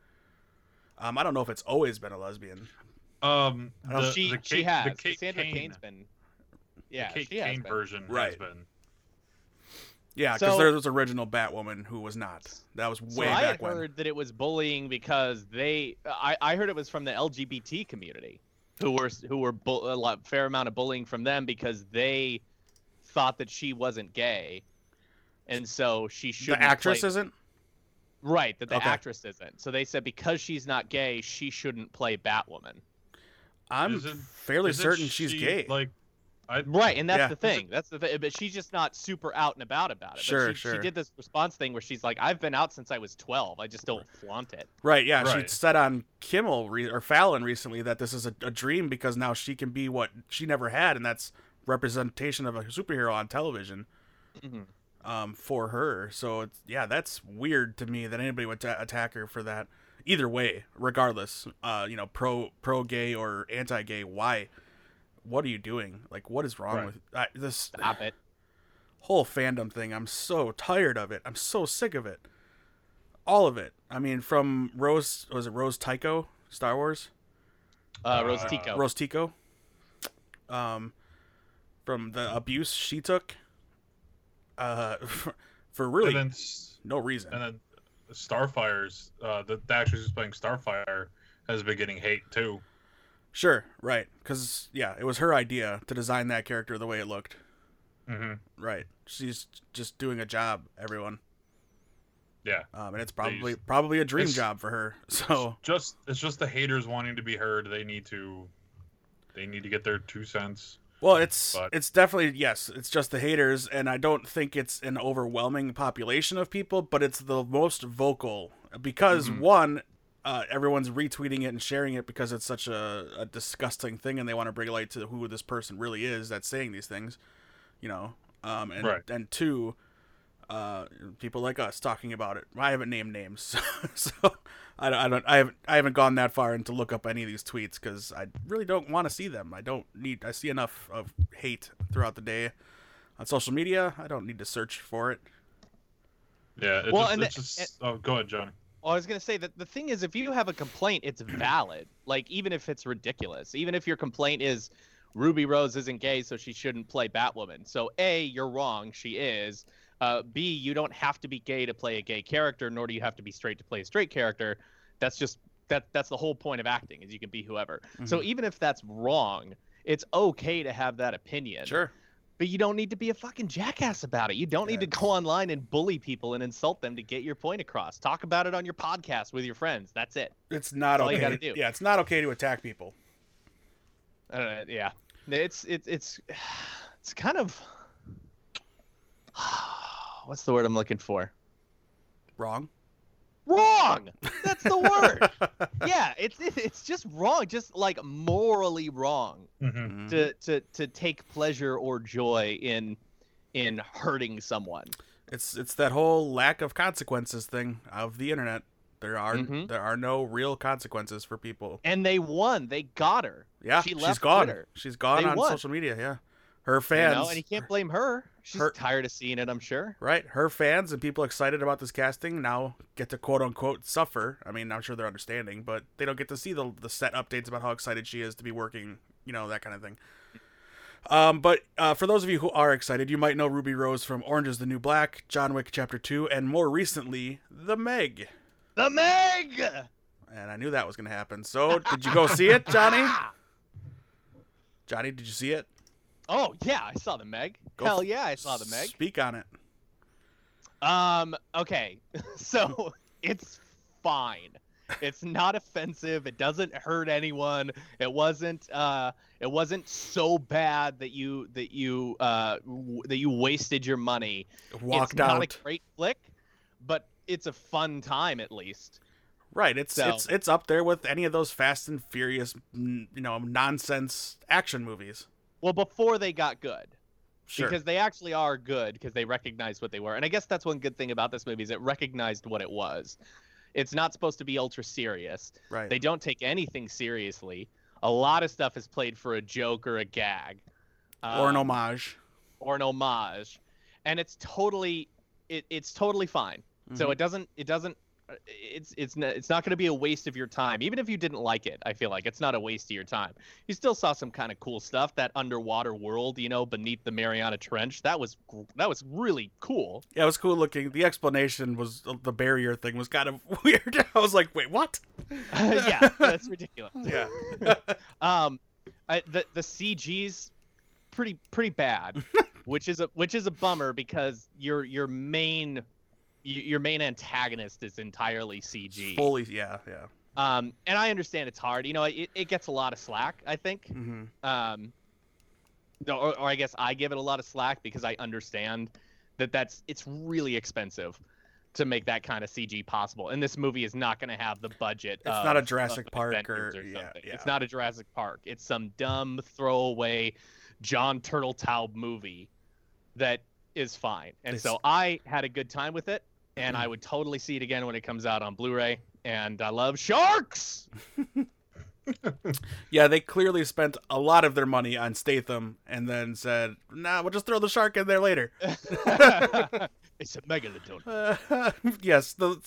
Speaker 1: Um, I don't know if it's always been a lesbian.
Speaker 2: Um.
Speaker 1: don't-
Speaker 2: The,
Speaker 3: she
Speaker 2: the
Speaker 3: she
Speaker 2: Kate-
Speaker 3: has.
Speaker 2: the Kate
Speaker 3: Sandra
Speaker 2: Kane,
Speaker 3: Kane's been.
Speaker 2: the
Speaker 3: Yeah,
Speaker 2: Kate
Speaker 3: she has
Speaker 2: Kane
Speaker 3: been.
Speaker 2: version has
Speaker 1: Right.
Speaker 2: been.
Speaker 1: Yeah, because
Speaker 3: So-
Speaker 1: there was original Batwoman who was not. That was
Speaker 3: So
Speaker 1: way
Speaker 3: I
Speaker 1: back
Speaker 3: had
Speaker 1: when.
Speaker 3: heard that it was bullying because they. I, I heard it was from the LGBT community, who were who were bu- a lot, fair amount of bullying from them because they thought that she wasn't gay, and so she should.
Speaker 1: The actress isn't.
Speaker 3: right that the
Speaker 1: Okay.
Speaker 3: actress isn't. So they said because she's not gay, she shouldn't play Batwoman.
Speaker 1: I'm
Speaker 2: Isn't-
Speaker 1: fairly
Speaker 2: Isn't
Speaker 1: certain she's
Speaker 2: she,
Speaker 1: gay.
Speaker 2: Like, I
Speaker 3: Right, and that's
Speaker 1: Yeah.
Speaker 3: the thing. That's the thing. But she's just not super out and about about it.
Speaker 1: Sure,
Speaker 3: but she,
Speaker 1: sure.
Speaker 3: She did this response thing where she's like, "I've been out since I was 12. I just don't flaunt it."
Speaker 1: right? Yeah, she
Speaker 2: Right.
Speaker 1: said on Kimmel re- or Fallon recently that this is a, a dream because now she can be what she never had, and that's representation of a superhero on television um, for her. So it's, yeah, that's weird to me that anybody would ta- attack her for that. Either way, regardless, uh, you know, pro pro gay or anti gay, why? What are you doing? Like, what is wrong
Speaker 2: Right.
Speaker 1: with I, this?
Speaker 3: Stop it.
Speaker 1: whole fandom thing. I'm so tired of it. I'm so sick of it. All of it. I mean, from Rose was it Rose Tycho, Star Wars?
Speaker 3: Uh, Rose
Speaker 2: Uh,
Speaker 3: Tico.
Speaker 1: Rose Tico. um, from the abuse she took uh, for, really
Speaker 2: And then s-
Speaker 1: no reason.
Speaker 2: and then Starfire's uh, the, the actress who's playing Starfire has been getting hate too.
Speaker 1: Sure, right. Because, yeah, it was her idea to design that character the way it looked.
Speaker 2: Mm-hmm.
Speaker 1: Right. She's just doing a job, everyone.
Speaker 2: Yeah,
Speaker 1: Um, and it's probably
Speaker 2: just-
Speaker 1: probably a dream
Speaker 2: it's-
Speaker 1: job for her. So,
Speaker 2: just it's just the haters wanting to be heard. They need to, they need to get their two cents.
Speaker 1: well, it's
Speaker 2: But-
Speaker 1: it's definitely yes, it's just the haters and I don't think it's an overwhelming population of people, but it's the most vocal because
Speaker 2: Mhm.
Speaker 1: one uh, everyone's retweeting it and sharing it because it's such a, a disgusting thing, and they want to bring light to who this person really is that's saying these things, you know. Um, and
Speaker 2: Right.
Speaker 1: and two, uh, people like us talking about it. I haven't named names, so, I, don't, I don't. I haven't. I haven't gone that far into look up any of these tweets because I really don't want to see them. I don't need. I see enough of hate throughout the day on social media. I don't need to search for it.
Speaker 2: Yeah, it
Speaker 3: Well,
Speaker 2: just,
Speaker 3: and
Speaker 2: it's
Speaker 3: the-
Speaker 2: just. oh, go ahead, Johnny.
Speaker 3: Well, I was gonna say that the thing is, if you have a complaint, it's valid. Like even if it's ridiculous, even if your complaint is Ruby Rose isn't gay, so she shouldn't play Batwoman. So a, you're wrong. She is. Uh, B, you don't have to be gay to play a gay character, nor do you have to be straight to play a straight character. That's just that. That's the whole point of acting is you can be whoever. So
Speaker 1: Mhm.
Speaker 3: even if that's wrong, it's okay to have that opinion.
Speaker 1: sure.
Speaker 3: But you don't need to be a fucking jackass about it. You don't need to go online and bully people and insult them to get your point across. Talk about it on your podcast with your friends. That's it.
Speaker 1: It's not
Speaker 3: That's all
Speaker 1: okay.
Speaker 3: you gotta do.
Speaker 1: Yeah, it's not okay to attack people.
Speaker 3: I don't know, Uh, yeah, it's it's it's it's kind of what's the word I'm looking for?
Speaker 1: Wrong.
Speaker 3: Wrong. That's the word. yeah, it's it, it's just wrong. Just like morally wrong
Speaker 2: Mm-hmm.
Speaker 1: Mhm.
Speaker 3: to to to take pleasure or joy in in hurting someone.
Speaker 1: It's it's that whole lack of consequences thing of the internet. There are
Speaker 3: Mhm.
Speaker 1: there are no real consequences for people.
Speaker 3: And they won. They got her.
Speaker 1: Yeah,
Speaker 3: She
Speaker 1: she has
Speaker 3: left
Speaker 1: gone.
Speaker 3: Twitter.
Speaker 1: She's gone
Speaker 3: They
Speaker 1: on
Speaker 3: won.
Speaker 1: social media. Yeah, her
Speaker 3: You
Speaker 1: fans.
Speaker 3: know, and you can't blame her. She's
Speaker 1: her-
Speaker 3: tired of seeing it, I'm sure.
Speaker 1: Right, her fans and people excited about this casting now get to quote unquote suffer. I mean, I'm sure they're understanding, but they don't get to see the the set updates about how excited she is to be working. You know that kind of thing. Um, but uh, for those of you who are excited, you might know Ruby Rose from Orange Is the New Black, John Wick Chapter Two, and more recently, The Meg.
Speaker 3: The Meg.
Speaker 1: and I knew that was gonna happen. So, did you go see it, Johnny?
Speaker 3: Ah!
Speaker 1: Johnny, did you see it?
Speaker 3: Oh yeah, I saw the Meg.
Speaker 1: Go
Speaker 3: Hell
Speaker 1: f-
Speaker 3: yeah, I saw the Meg.
Speaker 1: Speak on it.
Speaker 3: Um. Okay. so it's fine. It's not offensive. It doesn't hurt anyone. It wasn't. Uh. It wasn't so bad that you that you uh w- that you wasted your money.
Speaker 1: Walked
Speaker 3: it's not
Speaker 1: out.
Speaker 3: a great flick, but it's a fun time at least.
Speaker 1: Right. It's
Speaker 3: So-
Speaker 1: it's it's up there with any of those Fast and Furious, n- you know, nonsense action movies.
Speaker 3: Well, before they got good.
Speaker 1: Sure.
Speaker 3: because they actually are good because they recognized what they were. And I guess that's one good thing about this movie is it recognized what it was. It's not supposed to be ultra serious.
Speaker 1: right.
Speaker 3: They don't take anything seriously. A lot of stuff is played for a joke or a gag,
Speaker 1: or an
Speaker 3: um,
Speaker 1: homage.
Speaker 3: or an homage, and it's totally it, it's totally fine. So
Speaker 1: Mhm.
Speaker 3: it doesn't it doesn't it's it's n- it's not going to be a waste of your time even if you didn't like it i feel like it's not a waste of your time you still saw some kind of cool stuff that underwater world you know beneath the mariana trench that was gr- that was really cool
Speaker 1: yeah, it was cool looking. The explanation was the barrier thing was kind of weird. I was like, wait, what?
Speaker 3: yeah that's ridiculous
Speaker 1: Yeah.
Speaker 3: um I, the the cg's pretty pretty bad which is a which is a bummer because your your main y- your main antagonist is entirely cg
Speaker 1: Fully. Yeah. Yeah.
Speaker 3: Um, and I understand it's hard. You know, it, it gets a lot of slack, I think.
Speaker 1: Mm-hmm.
Speaker 3: Um, no, or, or I guess I give it a lot of slack because I understand that that's it's really expensive to make that kind of CG possible. And this movie is not going to have the budget.
Speaker 1: It's
Speaker 3: of-
Speaker 1: not a Jurassic
Speaker 3: of
Speaker 1: Park
Speaker 3: Avengers
Speaker 1: or- yeah,
Speaker 3: something.
Speaker 1: yeah.
Speaker 3: It's not a Jurassic Park. It's some dumb throwaway John Turtletaub movie that is fine. And
Speaker 1: This-
Speaker 3: so I had a good time with it, and I would totally see it again when it comes out on Blu-ray. And I love sharks.
Speaker 1: Yeah. They clearly spent a lot of their money on Statham and then said, nah, we'll just throw the shark in there later.
Speaker 3: it's a megalodon.
Speaker 1: Uh, yes, the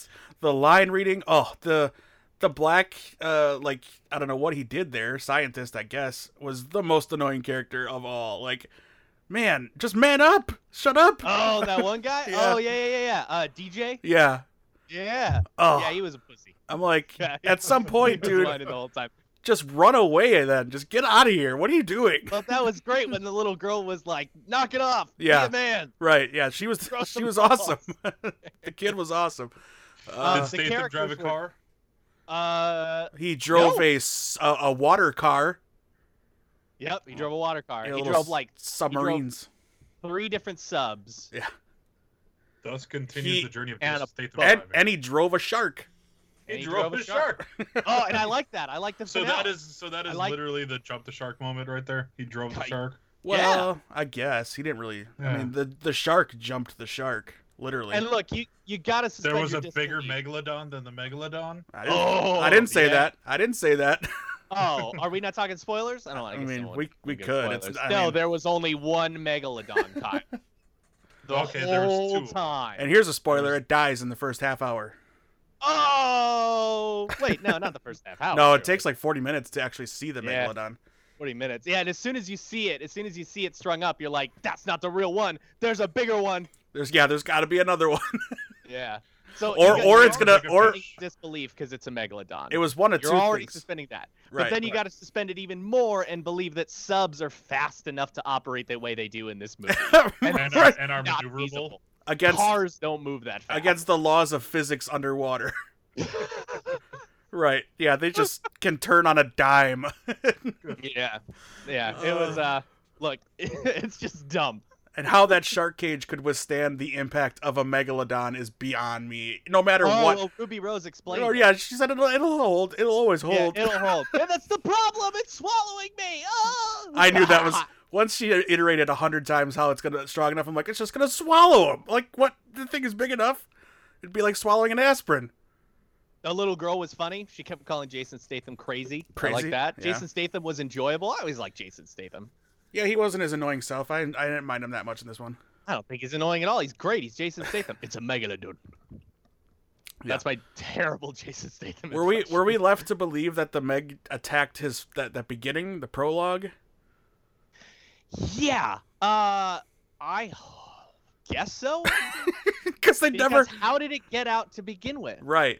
Speaker 1: the line reading. Oh, the the black uh like i don't know what he did there scientist i guess was the most annoying character of all like man just man up shut up
Speaker 3: Oh, that one guy.
Speaker 1: Yeah.
Speaker 3: Oh yeah, yeah, yeah, yeah. Uh, DJ.
Speaker 1: yeah
Speaker 3: Yeah.
Speaker 1: oh
Speaker 3: Yeah, he was a pussy.
Speaker 1: i'm like
Speaker 3: Yeah, he
Speaker 1: at some
Speaker 3: was-
Speaker 1: point
Speaker 3: he was
Speaker 1: dude
Speaker 3: whining the whole time.
Speaker 1: just run away then just get out of here what are you doing
Speaker 3: But that was great when the little girl was like, "Knock it off,
Speaker 1: Yeah.
Speaker 3: be a man."
Speaker 1: right yeah she was she
Speaker 3: Throw some
Speaker 1: was
Speaker 3: balls.
Speaker 1: awesome the kid was awesome
Speaker 3: Uh,
Speaker 2: Did
Speaker 1: uh,
Speaker 3: the
Speaker 2: Statham drive a
Speaker 3: characters were-
Speaker 2: car?
Speaker 3: Uh,
Speaker 1: he drove
Speaker 3: no.
Speaker 1: a s a a a water car
Speaker 3: yep, he drove a water car.
Speaker 1: you know,
Speaker 3: He
Speaker 1: little
Speaker 3: drove
Speaker 1: s-
Speaker 3: like
Speaker 1: submarines
Speaker 3: three different subs.
Speaker 2: Thus continues
Speaker 1: He-
Speaker 2: the journey of
Speaker 3: and
Speaker 2: Jason
Speaker 3: a
Speaker 2: Statham.
Speaker 1: and,
Speaker 2: driving.
Speaker 1: and he drove a shark
Speaker 2: he, drove, a shark.
Speaker 3: Oh, and I like that. I like the
Speaker 2: So
Speaker 3: finale.
Speaker 2: that is so that is
Speaker 3: I like-
Speaker 2: literally the jump the shark moment right there. He drove the
Speaker 3: Right.
Speaker 2: shark.
Speaker 1: Well, I guess he didn't really. I
Speaker 2: Yeah.
Speaker 1: mean, the the shark jumped the shark, literally.
Speaker 3: And look, you you gotta.
Speaker 2: There
Speaker 3: suspend
Speaker 2: was
Speaker 3: your
Speaker 2: a bigger
Speaker 3: disbelief.
Speaker 2: megalodon than the megalodon.
Speaker 1: I didn't,
Speaker 3: Oh,
Speaker 1: I didn't say
Speaker 3: yeah.
Speaker 1: that. I didn't say that.
Speaker 3: Oh, are we not talking spoilers? I don't want
Speaker 1: I
Speaker 3: to.
Speaker 1: mean, we we could. It's, I
Speaker 3: no,
Speaker 1: mean-
Speaker 3: there was only one megalodon Kyle. The
Speaker 2: Okay, there was
Speaker 3: whole
Speaker 2: two of them.
Speaker 3: time.
Speaker 1: and here's a spoiler: it dies in the first half hour.
Speaker 3: Oh, wait, no, not the first half. How?
Speaker 1: no,
Speaker 3: Oh, Sure.
Speaker 1: it takes like 40 minutes to actually see the
Speaker 3: Yeah.
Speaker 1: megalodon.
Speaker 3: 40 minutes. Yeah, and as soon as you see it, as soon as you see it strung up, you're like, that's not the real one. There's a bigger one.
Speaker 1: There's yeah, there's got to be another one.
Speaker 3: Yeah. So
Speaker 1: Or-
Speaker 3: you-
Speaker 1: or
Speaker 3: you're
Speaker 1: it's gonna-
Speaker 3: already
Speaker 1: or-
Speaker 3: suspending disbelief because it's a megalodon.
Speaker 1: It was one of
Speaker 3: you're
Speaker 1: two
Speaker 3: already
Speaker 1: things.
Speaker 3: suspending that.
Speaker 1: Right.
Speaker 3: but then you got to suspend it even more and believe that subs are fast enough to operate the way they do in this movie. And
Speaker 2: And,
Speaker 1: Right.
Speaker 2: are, and are
Speaker 3: Not
Speaker 2: maneuverable.
Speaker 3: feasible.
Speaker 1: against
Speaker 3: Cars don't move that fast.
Speaker 1: against the laws of physics underwater. right. Yeah, they just can turn on a dime.
Speaker 3: yeah, yeah. It was uh, look, it's just dumb.
Speaker 1: and how that shark cage could withstand the impact of a megalodon is beyond me. No matter
Speaker 3: oh,
Speaker 1: what
Speaker 3: well, Ruby Rose explained.
Speaker 1: Oh
Speaker 3: it.
Speaker 1: yeah, she said it'll, it'll hold. It'll always
Speaker 3: Yeah,
Speaker 1: hold.
Speaker 3: it'll hold. yeah, that's the problem. It's swallowing me. Oh.
Speaker 1: I knew that was once she iterated a hundred times how it's gonna strong enough. I'm like, it's just gonna swallow him. Like what? The thing is big enough. It'd be like swallowing an aspirin.
Speaker 3: The little girl was funny. She kept calling Jason Statham crazy. I
Speaker 1: Crazy,
Speaker 3: like that.
Speaker 1: yeah.
Speaker 3: Jason Statham was enjoyable. I always liked Jason Statham.
Speaker 1: Yeah, he wasn't his annoying self. I I didn't mind him that much in this one.
Speaker 3: I don't think he's annoying at all. He's great. He's Jason Statham. It's a megalodon. That's my terrible Jason Statham.
Speaker 1: Were we
Speaker 3: impression.
Speaker 1: were we left to believe that the Meg attacked his that that beginning the prologue?
Speaker 3: Yeah. Uh, I guess so.
Speaker 1: Because they
Speaker 3: because
Speaker 1: never
Speaker 3: How did it get out to begin with?
Speaker 1: right.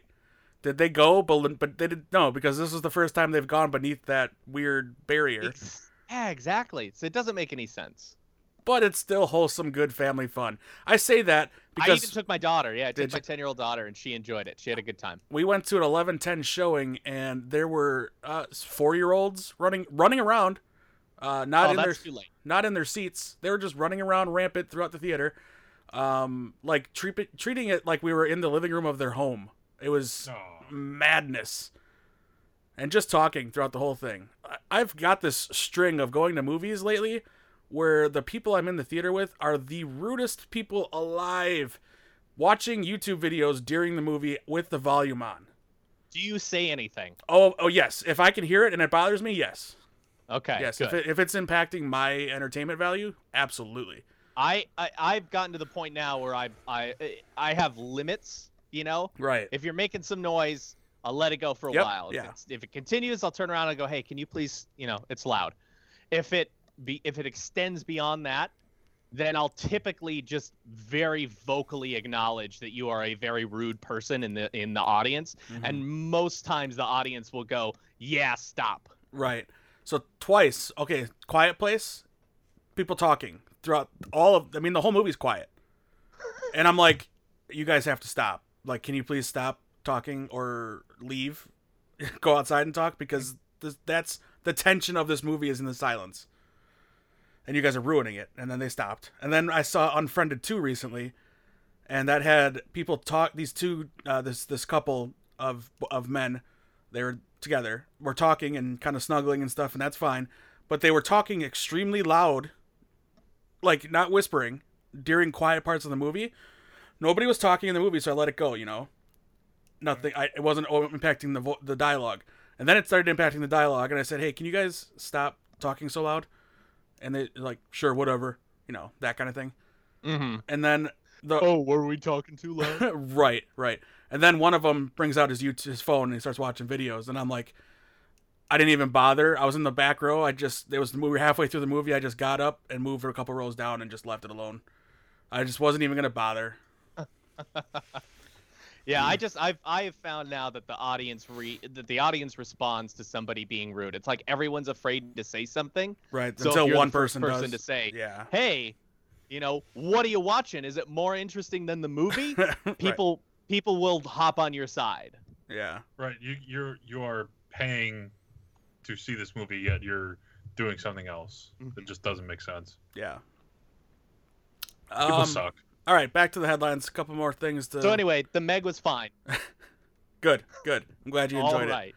Speaker 1: Did they go? But but they didn't. No, because this was the first time they've gone beneath that weird barrier.
Speaker 3: Ex- yeah, exactly. So it doesn't make any sense.
Speaker 1: but it's still wholesome, good family fun. I say that
Speaker 3: I
Speaker 1: because
Speaker 3: even took my daughter. Yeah, I
Speaker 1: Did
Speaker 3: took my ten-year-old daughter, and she enjoyed it. She had a good time.
Speaker 1: we went to an eleven ten showing, and there were uh, four year olds running running around, uh, not
Speaker 3: oh,
Speaker 1: in
Speaker 3: that's
Speaker 1: their
Speaker 3: too late.
Speaker 1: not in their seats. They were just running around rampant throughout the theater, um, like treat it, treating it like we were in the living room of their home. It was
Speaker 2: Aw.
Speaker 1: madness. And just talking throughout the whole thing. I- I've got this string of going to movies lately where the people I'm in the theater with are the rudest people alive watching YouTube videos during the movie with the volume on.
Speaker 3: Do you say anything?
Speaker 1: Oh, oh yes. If I can hear it and it bothers me, yes.
Speaker 3: Okay.
Speaker 1: yes.
Speaker 3: good.
Speaker 1: If, it, if it's impacting my entertainment value, absolutely.
Speaker 3: I, I I've gotten to the point now where I I I have limits. You know,
Speaker 1: Right.
Speaker 3: if you're making some noise, I'll let it go for a
Speaker 1: Yep,
Speaker 3: while. If,
Speaker 1: yeah.
Speaker 3: it's, if it continues, I'll turn around and go, "Hey, can you please?" You know, it's loud. If it be if it extends beyond that, then I'll typically just very vocally acknowledge that you are a very rude person in the in the audience,
Speaker 1: Mm-hmm.
Speaker 3: and most times the audience will go, "Yeah, stop."
Speaker 1: Right. So twice. Okay, quiet place. People talking throughout all of. I mean, the whole movie's quiet. And I'm like, you guys have to stop. Like, can you please stop talking or leave? Go outside and talk because this, that's the tension of this movie is in the silence. And you guys are ruining it. And then they stopped. And then I saw Unfriended 2 recently, and that had people talk. These two, uh, this this couple of of men, they were together were talking and kind of snuggling and stuff and that's fine but they were talking extremely loud like not whispering during quiet parts of the movie nobody was talking in the movie so i let it go you know nothing I, it wasn't o- impacting the vo- the dialogue and then it started impacting the dialogue and i said hey can you guys stop talking so loud and they like sure whatever you know that kind of thing
Speaker 3: Mm-hmm.
Speaker 1: and then the
Speaker 3: oh, were we talking too loud?
Speaker 1: right, right. And then one of them brings out his YouTube, his phone and he starts watching videos. And I'm like, I didn't even bother. I was in the back row. I just it was the movie halfway through the movie. I just got up and moved a couple rows down and just left it alone. I just wasn't even gonna bother.
Speaker 3: yeah,
Speaker 1: Hmm.
Speaker 3: I just I've I have found now that the audience re that the audience responds to somebody being rude. It's like everyone's afraid to say something.
Speaker 1: Right
Speaker 3: So if
Speaker 1: until
Speaker 3: you're
Speaker 1: one
Speaker 3: the first
Speaker 1: person,
Speaker 3: person to
Speaker 1: does.
Speaker 3: say,
Speaker 1: yeah.
Speaker 3: hey you know what are you watching is it more interesting than the movie
Speaker 1: Right,
Speaker 3: people people will hop on your side
Speaker 1: Yeah.
Speaker 2: Right. You you're you are paying to see this movie, yet you're doing something else.
Speaker 3: Mhm.
Speaker 2: It just doesn't make sense.
Speaker 1: Yeah.
Speaker 2: People
Speaker 1: Um,
Speaker 2: suck.
Speaker 1: all right, back to the headlines. A couple more things to.
Speaker 3: so anyway the meg was fine
Speaker 1: good, good. I'm glad you
Speaker 3: all
Speaker 1: enjoyed it.
Speaker 3: right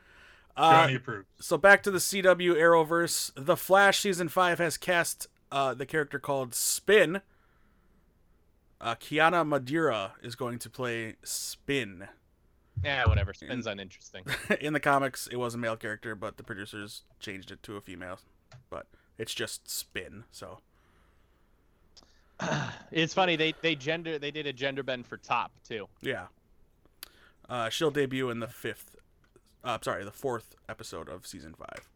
Speaker 1: Uh,
Speaker 2: Johnny approves.
Speaker 1: so back to the CW Arrowverse. The Flash season five has cast uh, the character called Spin. Uh, Kiana Madeira is going to play Spin.
Speaker 3: yeah whatever
Speaker 1: Mm.
Speaker 3: spins uninteresting
Speaker 1: In the comics, it was a male character, but the producers changed it to a female. But it's just Spin. So
Speaker 3: it's funny they they gender they did a gender bend for top too
Speaker 1: yeah, uh, she'll debut in the fifth. Uh, sorry, the fourth episode of season five.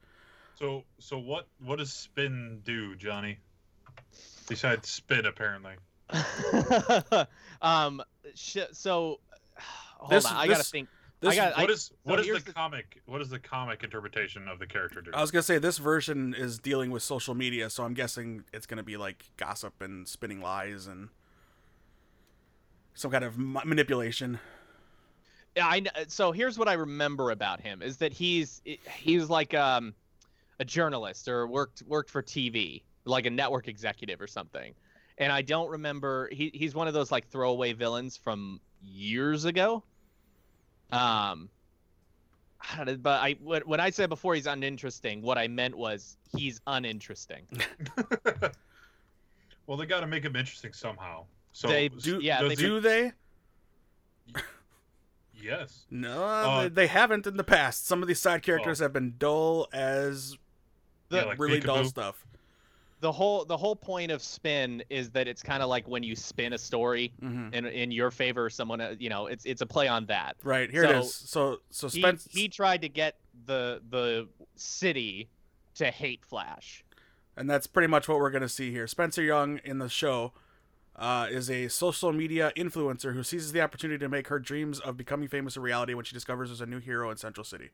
Speaker 2: So so what what does spin do, Johnny? Besides spin, apparently.
Speaker 3: um sh- so hold
Speaker 1: This-
Speaker 3: on i gotta
Speaker 1: this-
Speaker 3: think
Speaker 1: This
Speaker 3: i got
Speaker 2: What is what is
Speaker 3: here's
Speaker 2: the
Speaker 3: the-
Speaker 2: comic what is the comic interpretation of the character do?
Speaker 1: I was gonna say this version is dealing with social media, so I'm guessing it's gonna be like gossip and spinning lies and some kind of ma- manipulation.
Speaker 3: Yeah, I know. So here's what I remember about him is that he's he's like um, a journalist or worked worked for TV, like a network executive or something. And I don't remember. He he's one of those like throwaway villains from years ago. Um, I don't know, but I when, when I said before he's uninteresting, what I meant was he's uninteresting.
Speaker 1: Uh,
Speaker 2: well, they got to make him interesting somehow. So
Speaker 3: They
Speaker 1: do-
Speaker 3: yeah,
Speaker 2: does
Speaker 3: they
Speaker 2: he-
Speaker 1: Do they?
Speaker 2: yes.
Speaker 1: No,
Speaker 2: Uh,
Speaker 1: they, they haven't in the past. Some of these side characters have been dull as
Speaker 3: The-
Speaker 2: yeah, like
Speaker 1: really dull
Speaker 2: peekaboo.
Speaker 1: stuff.
Speaker 3: The whole the whole point of spin is that it's kind of like when you spin a story
Speaker 1: hmm
Speaker 3: in in your favor, someone uh, you know it's it's a play on that.
Speaker 1: Right here it
Speaker 3: So,
Speaker 1: is. So so
Speaker 3: he,
Speaker 1: Spence.
Speaker 3: he tried to get the the city to hate Flash.
Speaker 1: and that's pretty much what we're going to see here. Spencer Young in the show uh, is a social media influencer who seizes the opportunity to make her dreams of becoming famous a reality when she discovers there's a new hero in Central City.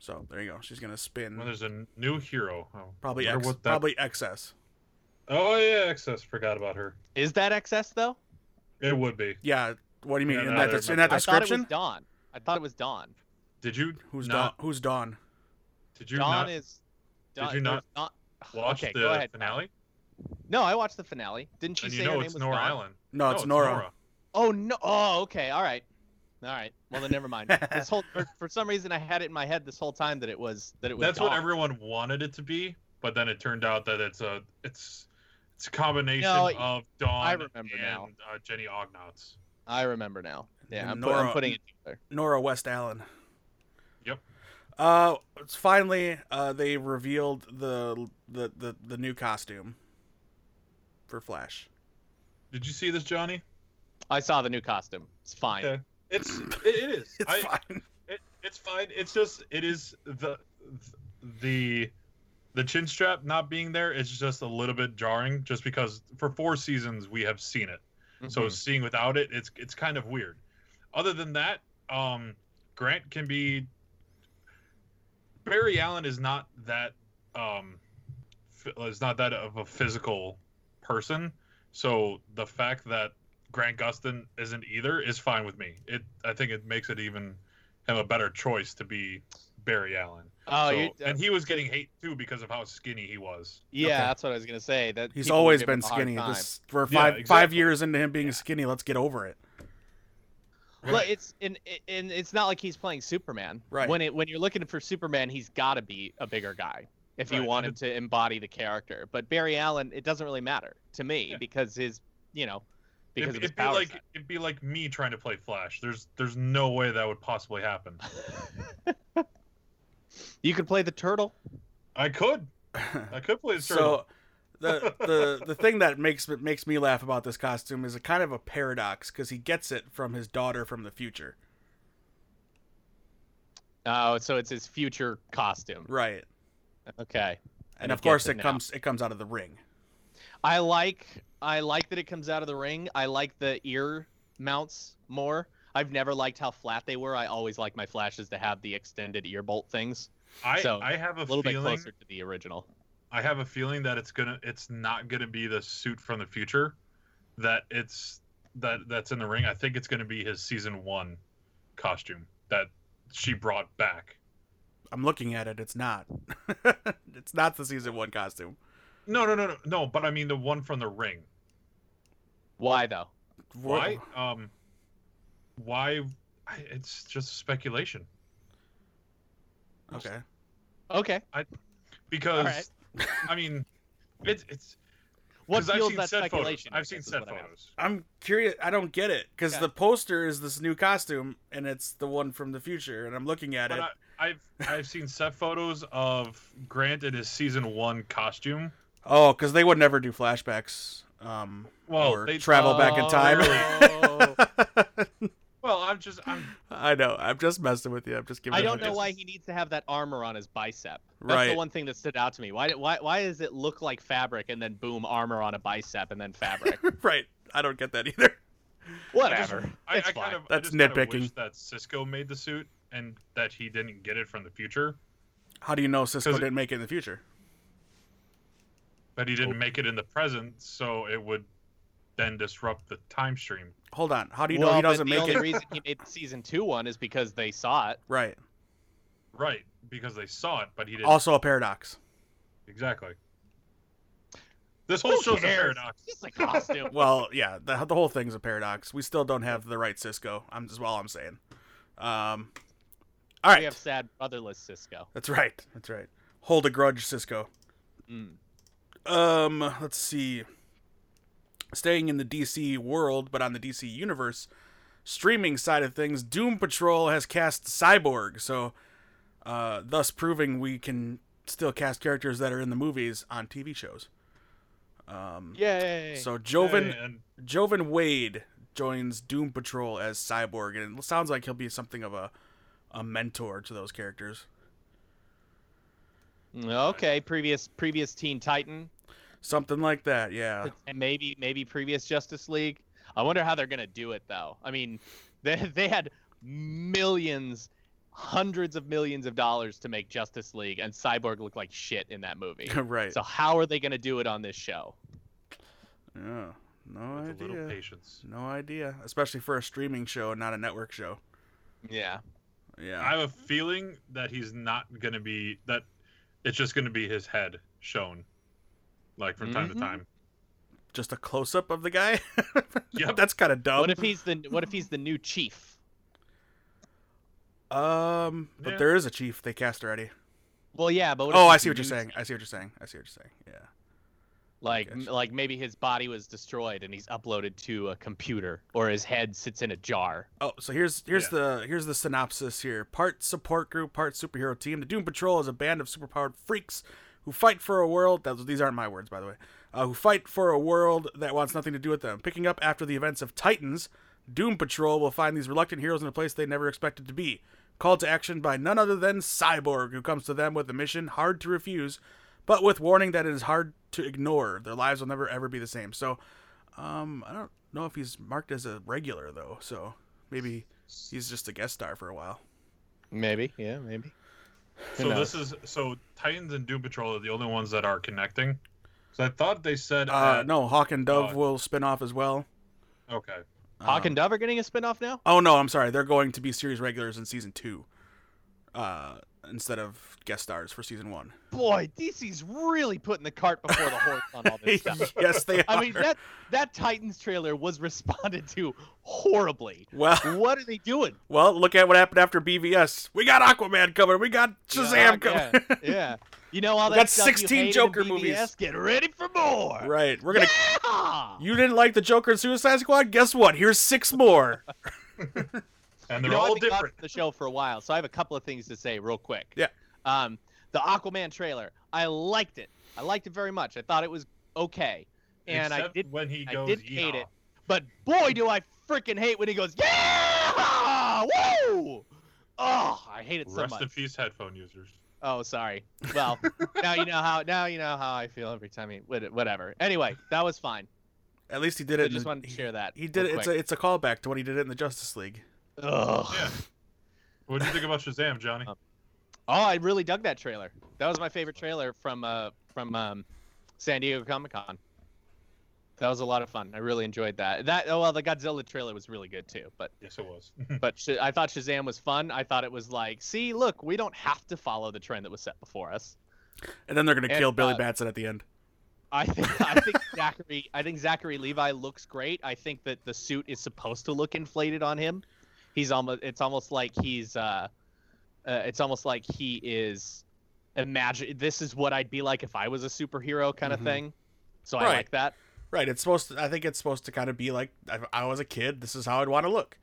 Speaker 1: So there you go. She's going to
Speaker 2: When
Speaker 1: spin
Speaker 2: there's a new hero, oh,
Speaker 1: probably
Speaker 2: wonder
Speaker 1: ex-
Speaker 2: what that-
Speaker 1: probably excess.
Speaker 2: Oh yeah, excess. Forgot about her.
Speaker 3: Is that excess though?
Speaker 2: It would be.
Speaker 1: Yeah. What do you mean
Speaker 2: Yeah,
Speaker 1: in
Speaker 2: no,
Speaker 1: that
Speaker 2: there's
Speaker 1: in that
Speaker 3: I thought it was
Speaker 1: description?
Speaker 3: Dawn. I thought it was Dawn.
Speaker 2: Did you
Speaker 1: Who's Dawn?
Speaker 2: not?
Speaker 1: Who's Dawn?
Speaker 2: Did you
Speaker 3: Dawn
Speaker 2: not
Speaker 3: is.
Speaker 2: Did
Speaker 3: Dawn,
Speaker 2: you not
Speaker 3: there's Dawn-
Speaker 2: watch
Speaker 3: okay,
Speaker 2: the
Speaker 3: go ahead.
Speaker 2: finale?
Speaker 3: No, I watched the finale. Didn't she
Speaker 2: And
Speaker 3: say
Speaker 2: you know
Speaker 3: her name
Speaker 2: it's
Speaker 3: was
Speaker 2: Nora
Speaker 3: Dawn?
Speaker 2: Island.
Speaker 1: No, Uh, it's Nora.
Speaker 3: Oh no! Oh, okay. All right. All right. Well, then never mind. this whole for, for some reason I had it in my head this whole time that it was that it was.
Speaker 2: That's what
Speaker 3: Dawn.
Speaker 2: everyone wanted it to be, but then it turned out that it's a it's it's a combination
Speaker 3: No,
Speaker 2: of Dawn
Speaker 3: I remember
Speaker 2: and
Speaker 3: now.
Speaker 2: Uh, Jenny Ognauts.
Speaker 3: I remember now. Yeah, I'm, put-
Speaker 1: Nora-
Speaker 3: I'm putting it together.
Speaker 1: Nora West Allen.
Speaker 2: Yep.
Speaker 1: Uh, it's finally, uh, they revealed the the the, the new costume for Flash.
Speaker 2: Did you see this, Johnny?
Speaker 3: I saw the new costume. It's fine.
Speaker 2: Okay. It's it, it is.
Speaker 1: It's
Speaker 2: I,
Speaker 1: fine.
Speaker 2: It, it's fine. It's just it is the the the chin strap not being there is just a little bit jarring, just because for four seasons we have seen it. So
Speaker 3: Mhm.
Speaker 2: seeing without it, it's it's kind of weird. Other than that, um, Grant can be. Barry Allen is not that um, f- is not that of a physical person. So the fact that Grant Gustin isn't either is fine with me. It I think it makes it even him a better choice to be Barry Allen.
Speaker 3: oh,
Speaker 2: So-
Speaker 3: you
Speaker 2: and he was getting hate too because of how skinny he was.
Speaker 3: Yeah,
Speaker 1: Okay.
Speaker 3: that's what I was gonna say. That
Speaker 1: He's
Speaker 3: people will
Speaker 1: always
Speaker 3: give him
Speaker 1: been
Speaker 3: a hard
Speaker 1: skinny.
Speaker 3: time.
Speaker 1: This, we're
Speaker 2: Yeah,
Speaker 1: five five
Speaker 2: exactly.
Speaker 1: years into him being
Speaker 2: Yeah.
Speaker 1: skinny. Let's get over it.
Speaker 3: Well, it's and, and it's not like he's playing Superman.
Speaker 1: Right.
Speaker 3: When it when you're looking for Superman, he's got to be a bigger guy if you
Speaker 2: Right,
Speaker 3: want
Speaker 2: and
Speaker 3: him to embody the character. But Barry Allen, it doesn't really matter to me
Speaker 2: Yeah.
Speaker 3: because his you know because
Speaker 2: it'd,
Speaker 3: of his
Speaker 2: it'd be
Speaker 3: power.
Speaker 2: like it'd be like me trying to play Flash. There's there's no way that would possibly happen.
Speaker 3: you could play the turtle.
Speaker 2: I could I could play the turtle.
Speaker 1: so the the the thing that makes makes me laugh about this costume is a kind of a paradox because he gets it from his daughter from the future.
Speaker 3: Oh, so it's his future costume.
Speaker 1: Right.
Speaker 3: Okay.
Speaker 1: And,
Speaker 3: And
Speaker 1: of
Speaker 3: he gets
Speaker 1: course
Speaker 3: it
Speaker 1: it
Speaker 3: now.
Speaker 1: comes it comes out of the ring.
Speaker 3: I like I like that it comes out of the ring. I like the ear mounts more. I've never liked how flat they were. I always like my flashes to have the extended ear bolt things.
Speaker 2: I
Speaker 3: So,
Speaker 2: I have a,
Speaker 3: A little bit
Speaker 2: feeling
Speaker 3: closer to the original.
Speaker 2: I have a feeling that it's gonna it's not gonna be the suit from the future that it's that that's in the ring. I think it's gonna be his season one costume that she brought back.
Speaker 1: I'm looking at it. It's not. it's not the season one costume.
Speaker 2: No, no, no, no, no. But I mean the one from the ring.
Speaker 3: Why though?
Speaker 2: Why? Um, why? I- It's just speculation
Speaker 1: Okay.
Speaker 3: Okay.
Speaker 2: because
Speaker 3: right.
Speaker 2: I mean, it's it's
Speaker 3: What
Speaker 2: 'cause I've
Speaker 3: fuels
Speaker 2: seen
Speaker 3: that
Speaker 2: set photos.
Speaker 3: speculation? I
Speaker 2: I've seen
Speaker 3: guess is
Speaker 2: set
Speaker 3: what I'm asking.
Speaker 2: photos.
Speaker 1: I'm curious. I don't get it because
Speaker 3: Yeah.
Speaker 1: the poster is this new costume, and it's the one from the future. And I'm looking at
Speaker 2: But
Speaker 1: it.
Speaker 2: I, I've I've seen set photos of Grant in his season one costume.
Speaker 1: Oh, because they would never do flashbacks. Um,
Speaker 2: Well,
Speaker 1: or
Speaker 2: they uh,
Speaker 1: travel back in time.
Speaker 3: Oh.
Speaker 2: Well, I'm just I'm
Speaker 1: I know. I'm just messing with you. I'm just giving.
Speaker 3: I
Speaker 1: you
Speaker 3: don't
Speaker 1: a-
Speaker 3: know why he needs to have that armor on his bicep. That's
Speaker 1: Right.
Speaker 3: the one thing that stood out to me. Why, why, why does it look like fabric and then boom, armor on a bicep and then fabric?
Speaker 1: right. I don't get that either.
Speaker 3: Whatever.
Speaker 2: I,
Speaker 3: it's
Speaker 2: I
Speaker 3: fine.
Speaker 2: kind of I
Speaker 1: That's
Speaker 2: just kind of
Speaker 1: nitpicking.
Speaker 2: wish that Cisco made the suit and that he didn't get it from the future,
Speaker 1: How do you know Cisco
Speaker 2: 'Cause it-
Speaker 1: didn't make it in the future?
Speaker 2: but he
Speaker 1: Oh.
Speaker 2: didn't make it in the present, so it would then disrupt the time stream.
Speaker 1: Hold on. How do you know
Speaker 3: Well,
Speaker 1: he
Speaker 3: but
Speaker 1: doesn't
Speaker 3: the
Speaker 1: make
Speaker 3: only
Speaker 1: it?
Speaker 3: reason he made the season two one is because they saw it.
Speaker 1: right.
Speaker 2: Right, because they saw it, but he didn't
Speaker 1: Also a paradox.
Speaker 2: exactly. This whole
Speaker 3: Who
Speaker 2: show's
Speaker 3: cares?
Speaker 2: a paradox.
Speaker 3: It's just a costume.
Speaker 1: Well, yeah, the, the whole thing's a paradox. We still don't have the right Cisco. I'm just well, I'm saying. Um, all right,
Speaker 3: We have sad brotherless Cisco.
Speaker 1: that's right, that's right. Hold a grudge, Cisco.
Speaker 3: Mm.
Speaker 1: Um, let's see. Staying in the DC world, but on the DC universe streaming side of things, Doom Patrol has cast Cyborg, so uh, thus proving we can still cast characters that are in the movies on TV shows. Um,
Speaker 3: Yay.
Speaker 1: so Joven
Speaker 2: and
Speaker 1: Jovan Wade joins Doom Patrol as Cyborg, and it sounds like he'll be something of a a mentor to those characters.
Speaker 3: okay, previous previous Teen Titan
Speaker 1: Something like that, yeah.
Speaker 3: and maybe maybe previous Justice League. I wonder how they're gonna do it though. I mean, they they had millions, hundreds of millions of dollars to make Justice League, and Cyborg looked like shit in that movie.
Speaker 1: right.
Speaker 3: So how are they gonna do it on this show?
Speaker 1: yeah. No
Speaker 2: with a little
Speaker 1: idea.
Speaker 2: patience.
Speaker 1: No idea. Especially for a streaming show and not a network show.
Speaker 3: Yeah.
Speaker 1: Yeah.
Speaker 2: I have a feeling that he's not gonna be that. It's just gonna be his head shown, like from time
Speaker 3: Mhm.
Speaker 2: to time.
Speaker 1: Just a close up of the guy?
Speaker 2: Yep.
Speaker 1: That's kind of dumb.
Speaker 3: What if he's the What if he's the new chief?
Speaker 1: um, but
Speaker 2: Yeah.
Speaker 1: there is a chief they cast already.
Speaker 3: Well, yeah, but what if
Speaker 1: Oh,
Speaker 3: he's
Speaker 1: I see
Speaker 3: the
Speaker 1: what you're
Speaker 3: new
Speaker 1: saying. I see what you're saying. I see what you're saying. Yeah.
Speaker 3: Like,
Speaker 1: Gotcha.
Speaker 3: like maybe his body was destroyed and he's uploaded to a computer, or his head sits in a jar.
Speaker 1: Oh, so here's here's
Speaker 2: Yeah.
Speaker 1: the here's the synopsis here. Part support group, part superhero team. The Doom Patrol is a band of superpowered freaks who fight for a world that these aren't my words by the way. Uh, who fight for a world that wants nothing to do with them. Picking up after the events of Titans, Doom Patrol will find these reluctant heroes in a place they never expected to be. Called to action by none other than Cyborg, who comes to them with a mission hard to refuse, but with warning that it is hard to ignore. Their lives will never ever be the same. So, um, I don't know if he's marked as a regular though. So maybe he's just a guest star for a while.
Speaker 3: Maybe, yeah, maybe. Who
Speaker 2: So this is so Titans and Doom Patrol are the only ones that are connecting. So I thought they said
Speaker 1: Uh,
Speaker 2: at-
Speaker 1: no, Hawk and Dove
Speaker 2: uh,
Speaker 1: will spin off as well.
Speaker 2: Okay,
Speaker 3: Hawk
Speaker 1: Um,
Speaker 3: and Dove are getting a spinoff now.
Speaker 1: oh no, I'm sorry, they're going to be series regulars in season two, uh, instead of guest stars for season one.
Speaker 3: Boy, DC's really putting the cart before the horse on all this stuff.
Speaker 1: yes, they. Are.
Speaker 3: I mean, that that Titans trailer was responded to horribly.
Speaker 1: well,
Speaker 3: What are they doing?
Speaker 1: well, look at what happened after BVS. We got Aquaman coming. We got Shazam coming.
Speaker 3: Yeah, yeah. You know all
Speaker 1: We
Speaker 3: that
Speaker 1: got
Speaker 3: stuff you
Speaker 1: 16
Speaker 3: hated in
Speaker 1: Joker movies.
Speaker 3: BVS? Get ready for more.
Speaker 1: right, we're gonna.
Speaker 3: Yeah!
Speaker 1: You didn't like the Joker and Suicide Squad? Guess what? Here's six more.
Speaker 2: and
Speaker 3: You
Speaker 2: they're
Speaker 3: know,
Speaker 2: all
Speaker 3: I've been gone
Speaker 2: different.
Speaker 3: from the show for a while, so I have a couple of things to say real quick.
Speaker 1: Yeah.
Speaker 3: Um, the Aquaman trailer, I liked it. I liked it very much. I thought it was okay. And I
Speaker 2: Except
Speaker 3: did
Speaker 2: when he
Speaker 3: I
Speaker 2: goes,
Speaker 3: did hate
Speaker 2: "Yeehaw."
Speaker 3: it. But boy, do I freaking hate when he goes, yeah, woo! Oh, I hate it so
Speaker 2: Rest
Speaker 3: much.
Speaker 2: in peace, headphone users.
Speaker 3: Oh, sorry. Well, now you know how. Now you know how I feel every time he. what- Whatever. Anyway, that was fine.
Speaker 1: At least he did it.
Speaker 3: I
Speaker 1: in
Speaker 3: just
Speaker 1: the-
Speaker 3: wanted to
Speaker 1: he-
Speaker 3: share that.
Speaker 1: He did it.
Speaker 3: real
Speaker 1: It's a
Speaker 3: quick.
Speaker 1: it's a callback to what he did in the Justice League.
Speaker 3: Ugh.
Speaker 2: Yeah. What do you think about Shazam, Johnny?
Speaker 3: Um, Oh, I really dug that trailer. That was my favorite trailer from uh from um, San Diego Comic Con. That was a lot of fun. I really enjoyed that. That oh well, the Godzilla trailer was really good too. But
Speaker 2: yes, it was.
Speaker 3: but Sh- I thought Shazam was fun. I thought it was like, see, look, we don't have to follow the trend that was set before us.
Speaker 1: And then they're gonna
Speaker 3: And,
Speaker 1: kill Billy
Speaker 3: uh,
Speaker 1: Batson at the end.
Speaker 3: I think I think Zachary I think Zachary Levi looks great. I think that the suit is supposed to look inflated on him. He's almost it's almost like he's uh, uh it's almost like he is imagine this is what I'd be like if I was a superhero kind of
Speaker 1: Mhm.
Speaker 3: thing. So I
Speaker 1: Right.
Speaker 3: like that.
Speaker 1: Right. It's supposed. to I think it's supposed to kind of be like I, I was a kid. This is how I'd want to look.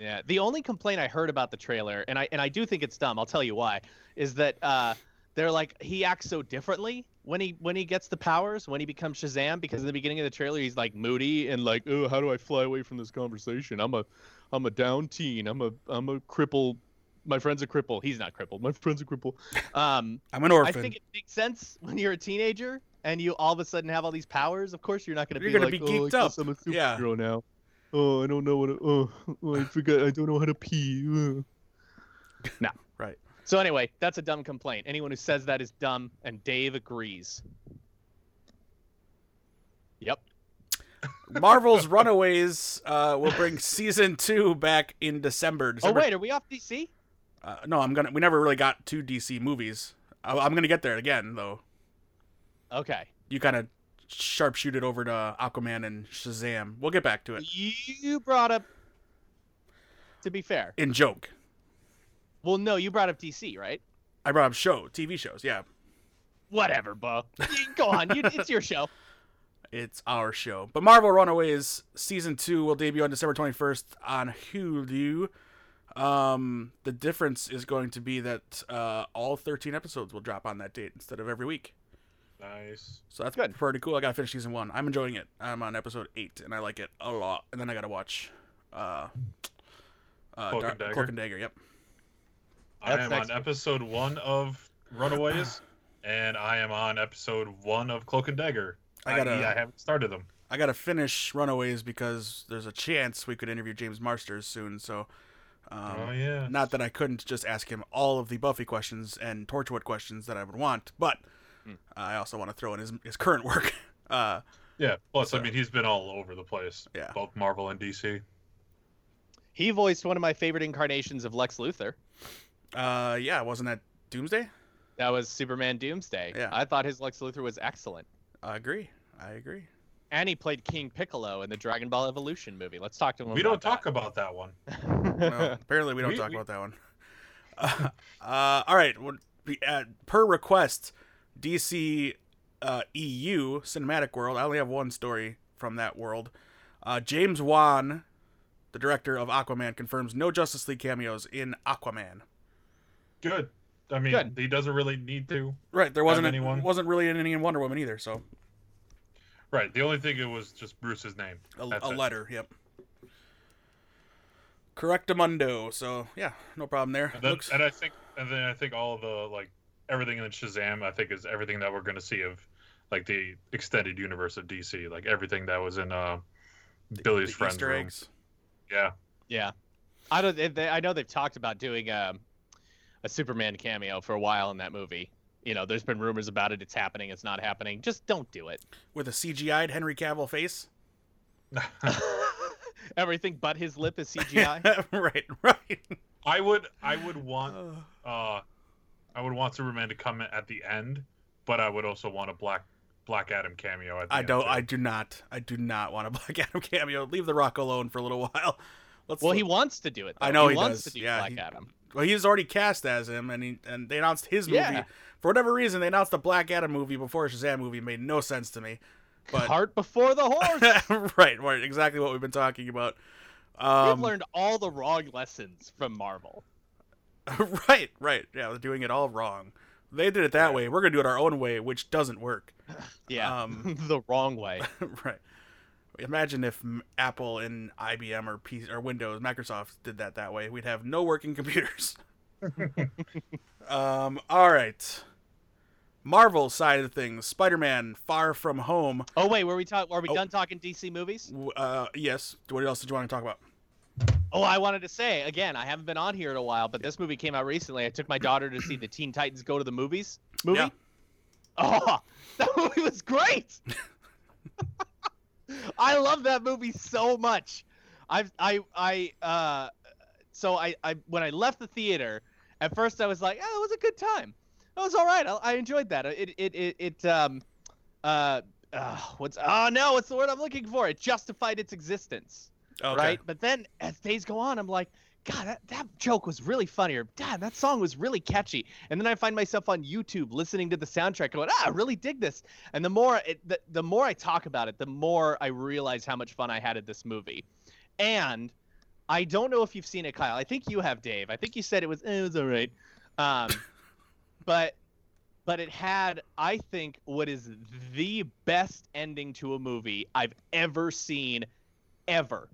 Speaker 3: Yeah. The only complaint I heard about the trailer, and I and I do think it's dumb. I'll tell you why. Is that uh, they're like he acts so differently when he when he gets the powers when he becomes Shazam because in the beginning of the trailer he's like moody and like oh how do I fly away from this conversation I'm a I'm a down teen I'm a I'm a cripple my friend's a cripple he's not crippled my friend's a cripple um
Speaker 1: I'm an
Speaker 3: I
Speaker 1: orphan.
Speaker 3: think it makes sense when you're a teenager and you all of a sudden have all these powers of course you're not gonna
Speaker 1: You're
Speaker 3: be
Speaker 1: gonna
Speaker 3: like
Speaker 1: be
Speaker 3: oh I
Speaker 1: geeked up."
Speaker 3: guess I'm a
Speaker 1: Yeah.
Speaker 3: superhero now oh I don't know what oh, oh I forgot I don't know how to pee Ugh."
Speaker 1: right.
Speaker 3: So anyway, that's a dumb complaint. Anyone who says that is dumb, and Dave agrees. Oh, Yep.
Speaker 1: Marvel's Runaways uh, will bring season two back in December. December
Speaker 3: Oh wait, are we off DC?
Speaker 1: Uh, no, I'm gonna. We never really got to DC movies. I, I'm gonna get there again though.
Speaker 3: Okay.
Speaker 1: You kind of sharpshoot it over to Aquaman and Shazam. We'll get back to it
Speaker 3: You brought up. To be fair,
Speaker 1: in joke.
Speaker 3: well, no, you brought up DC, right?
Speaker 1: I brought up show TV shows. Yeah,
Speaker 3: Whatever, Bo. Go on, you, it's your show.
Speaker 1: it's our show. But Marvel Runaways season two will debut on December 21st on Hulu. Um, the difference is going to be that uh, all 13 episodes will drop on that date instead of every week.
Speaker 2: nice.
Speaker 1: So that's
Speaker 3: Good.
Speaker 1: pretty cool. I gotta finish season one. I'm enjoying it. I'm on episode eight, and I like it a lot. And then I gotta watch, uh, uh,
Speaker 2: Cloak
Speaker 1: Dar-
Speaker 2: and Dagger?
Speaker 1: Cloak and Dagger. Yep.
Speaker 2: I
Speaker 3: That's
Speaker 2: am
Speaker 3: next
Speaker 2: on episode one of Runaways, and I am on episode one of Cloak and Dagger.
Speaker 1: I gotta-
Speaker 2: I, I haven't started them.
Speaker 1: I gotta finish Runaways because there's a chance we could interview James Marsters soon. So, um,
Speaker 2: oh yeah.
Speaker 1: not that I couldn't just ask him all of the Buffy questions and Torchwood questions that I would want, but
Speaker 3: Hmm.
Speaker 1: I also want to throw in his his current work. Uh,
Speaker 2: Yeah. Plus,
Speaker 1: So-
Speaker 2: I mean, he's been all over the place.
Speaker 1: Yeah.
Speaker 2: Both Marvel and DC.
Speaker 3: He voiced one of my favorite incarnations of Lex Luthor.
Speaker 1: uh, yeah, wasn't that Doomsday?
Speaker 3: That was Superman Doomsday.
Speaker 1: Yeah.
Speaker 3: I thought his Lex Luthor was excellent.
Speaker 1: I agree. I agree.
Speaker 3: And he played King Piccolo in the Dragon Ball Evolution movie. Let's talk to him.
Speaker 2: We don't talk about that one.
Speaker 3: about that.
Speaker 1: No, apparently, we don't
Speaker 2: We-
Speaker 1: talk
Speaker 2: we-
Speaker 1: about that one. Uh, uh, all right. Well, be- uh, per request, DC uh, EU Cinematic World. I only have one story from that world. Uh, James Wan, the director of Aquaman, confirms no Justice League cameos in Aquaman.
Speaker 2: Good. I mean,
Speaker 3: Good.
Speaker 2: he doesn't really need to.
Speaker 1: Right, there wasn't
Speaker 2: anyone?
Speaker 1: wasn't really any in Wonder Woman either. So
Speaker 2: Right. The only thing it was just Bruce's name.
Speaker 1: a,
Speaker 2: That's
Speaker 1: a
Speaker 2: it.
Speaker 1: letter, yep. Correctamundo. So yeah, no problem there.
Speaker 2: And, then,
Speaker 1: Looks,
Speaker 2: and I think, and then I think all the like everything in Shazam, I think is everything that we're going to see of like the extended universe of DC, like everything that was in uh, Billy's
Speaker 1: the
Speaker 2: friends
Speaker 1: Easter
Speaker 2: room.
Speaker 1: eggs.
Speaker 2: Yeah.
Speaker 3: Yeah, I don't. They, they- I know they've talked about doing um, a Superman cameo for a while in that movie. You know, there's been rumors about it. It's happening. It's not happening. Just don't do it.
Speaker 1: with a CGI'd Henry Cavill face.
Speaker 3: Everything but his lip is CGI.
Speaker 1: right, right.
Speaker 2: I would, I would want
Speaker 1: Uh,
Speaker 2: uh, I would want Superman to come in at the end, but I would also want a Black Black Adam cameo. At the
Speaker 1: I
Speaker 2: end,
Speaker 1: don't.
Speaker 2: too.
Speaker 1: I do not. I do not want a Black Adam cameo. Leave The Rock alone for a little while. Let's.
Speaker 3: well, he wants to do it. Though.
Speaker 1: I know
Speaker 3: he,
Speaker 1: he
Speaker 3: wants
Speaker 1: does.
Speaker 3: to do
Speaker 1: Yeah,
Speaker 3: Black
Speaker 1: he-
Speaker 3: Adam.
Speaker 1: well, he's already cast as him, and he and they announced his movie
Speaker 3: Yeah.
Speaker 1: for whatever reason. They announced the Black Adam movie before Shazam movie. It Made no sense to me. But
Speaker 3: Heart before the horse.
Speaker 1: right, right, exactly what we've been talking about.
Speaker 3: We've
Speaker 1: Um,
Speaker 3: learned all the wrong lessons from Marvel.
Speaker 1: right, right. Yeah, they're doing it all wrong. They did it that way. We're gonna do it our own way, which doesn't work.
Speaker 3: Yeah,
Speaker 1: Um,
Speaker 3: the wrong way.
Speaker 1: right. Imagine if M- Apple and IBM or P- or Windows, Microsoft did that that way. We'd have no working computers. um. All right. Marvel side of things, Spider-Man: Far From Home.
Speaker 3: Oh wait, were we talk? Are we
Speaker 1: Oh.
Speaker 3: done talking DC movies?
Speaker 1: W- Uh, yes. What else did you want to talk about?
Speaker 3: Oh, I wanted to say again, I haven't been on here in a while, but this movie came out recently. I took my daughter to see the Teen Titans Go to the Movies movie.
Speaker 1: Yeah.
Speaker 3: Oh, that movie was great. I love that movie so much. I've I I uh so I I when I left the theater, at first I was like, oh, it was a good time. It was all right. I, I enjoyed that. It it it, it um uh, uh what's oh no, what's the word I'm looking for? It justified its existence
Speaker 1: Okay.
Speaker 3: right? But then as days go on, I'm like, God, that, that joke was really funny, or God, that song was really catchy. And then I find myself on YouTube listening to the soundtrack, going, Ah, I really dig this. And the more it, the, the more I talk about it, the more I realize how much fun I had at this movie. And I don't know if you've seen it, Kyle. I think you have, Dave. I think you said it was eh, it was all right, um, but but it had, I think, what is the best ending to a movie I've ever seen, ever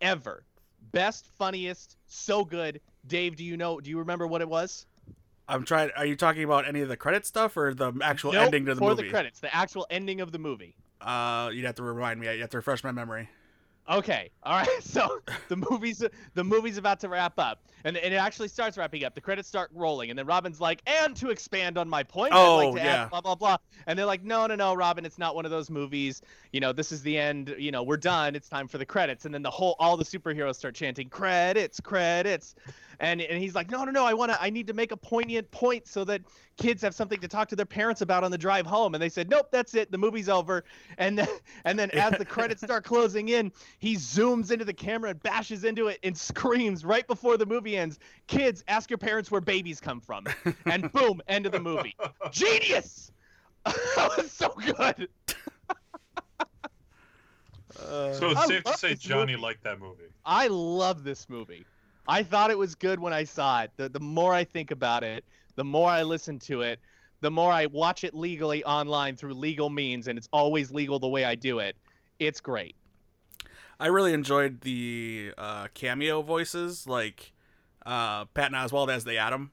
Speaker 3: ever. Best, funniest, so good. Dave, do you know? Do you remember what it was?
Speaker 1: I'm trying. Are you talking about any of the credit stuff or the actual
Speaker 3: Nope,
Speaker 1: ending to the
Speaker 3: for
Speaker 1: movie?
Speaker 3: the credits, the actual ending of the movie.
Speaker 1: Uh, you'd have to remind me. You have to refresh my memory.
Speaker 3: Okay, all right. So the movie's the movie's about to wrap up, and, and it actually starts wrapping up. The credits start rolling, and then Robin's like, "And to expand on my point, I'd
Speaker 1: Oh,
Speaker 3: like to
Speaker 1: yeah.
Speaker 3: add blah blah blah." And they're like, "No, no, no, Robin, it's not one of those movies. You know, this is the end. You know, we're done. It's time for the credits." And then the whole all the superheroes start chanting credits, credits, and and he's like, "No, no, no, I want to. I need to make a poignant point so that kids have something to talk to their parents about on the drive home." And they said, "Nope, that's it. The movie's over." And then, and then as the credits start closing in, he zooms into the camera and bashes into it and screams right before the movie ends kids ask your parents where babies come from and boom end of the movie genius that was so good
Speaker 1: Uh,
Speaker 2: So it's
Speaker 3: I
Speaker 2: safe to
Speaker 3: love
Speaker 2: say
Speaker 3: this
Speaker 2: Johnny
Speaker 3: movie.
Speaker 2: liked that movie.
Speaker 3: i love this movie i thought it was good when i saw it the, the more i think about it the more i listen to it the more i watch it legally online through legal means and it's always legal the way i do it it's great
Speaker 1: I really enjoyed the uh, cameo voices, like uh, Patton Oswald as the Atom,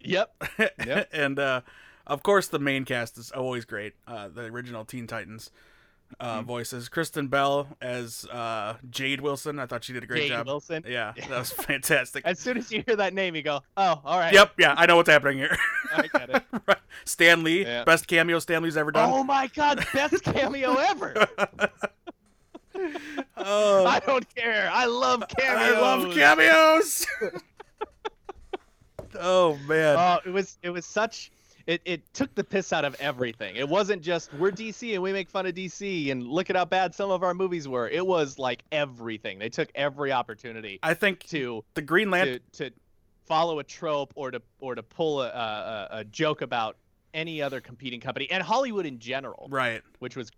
Speaker 3: yep Yep.
Speaker 1: and uh, of course the main cast is always great. Uh, the original Teen Titans uh,
Speaker 3: Mm-hmm.
Speaker 2: Mhm.
Speaker 1: voices, Kristen Bell as uh, Jade Wilson. I thought she did a great
Speaker 3: Jade
Speaker 1: job.
Speaker 3: wilson
Speaker 1: Yeah, that was fantastic.
Speaker 3: as soon as you hear that name you go oh all right
Speaker 1: Yep, yeah, I know what's happening here.
Speaker 3: i get it
Speaker 1: Stan Lee,
Speaker 3: Yeah.
Speaker 1: best cameo Stan Lee's ever done.
Speaker 3: Oh my god, best cameo ever!
Speaker 1: Oh,
Speaker 3: I don't care. I love cameos.
Speaker 1: I love cameos. oh man.
Speaker 3: Oh, it was it was such it, it took the piss out of everything. It wasn't just we're DC and we make fun of DC and look at how bad some of our movies were. It was like everything. They took every opportunity
Speaker 1: I think
Speaker 3: to
Speaker 1: the Green Lantern.
Speaker 3: to to follow a trope or to or to pull a, a, a joke about any other competing company and Hollywood in general,
Speaker 1: Right.
Speaker 3: which was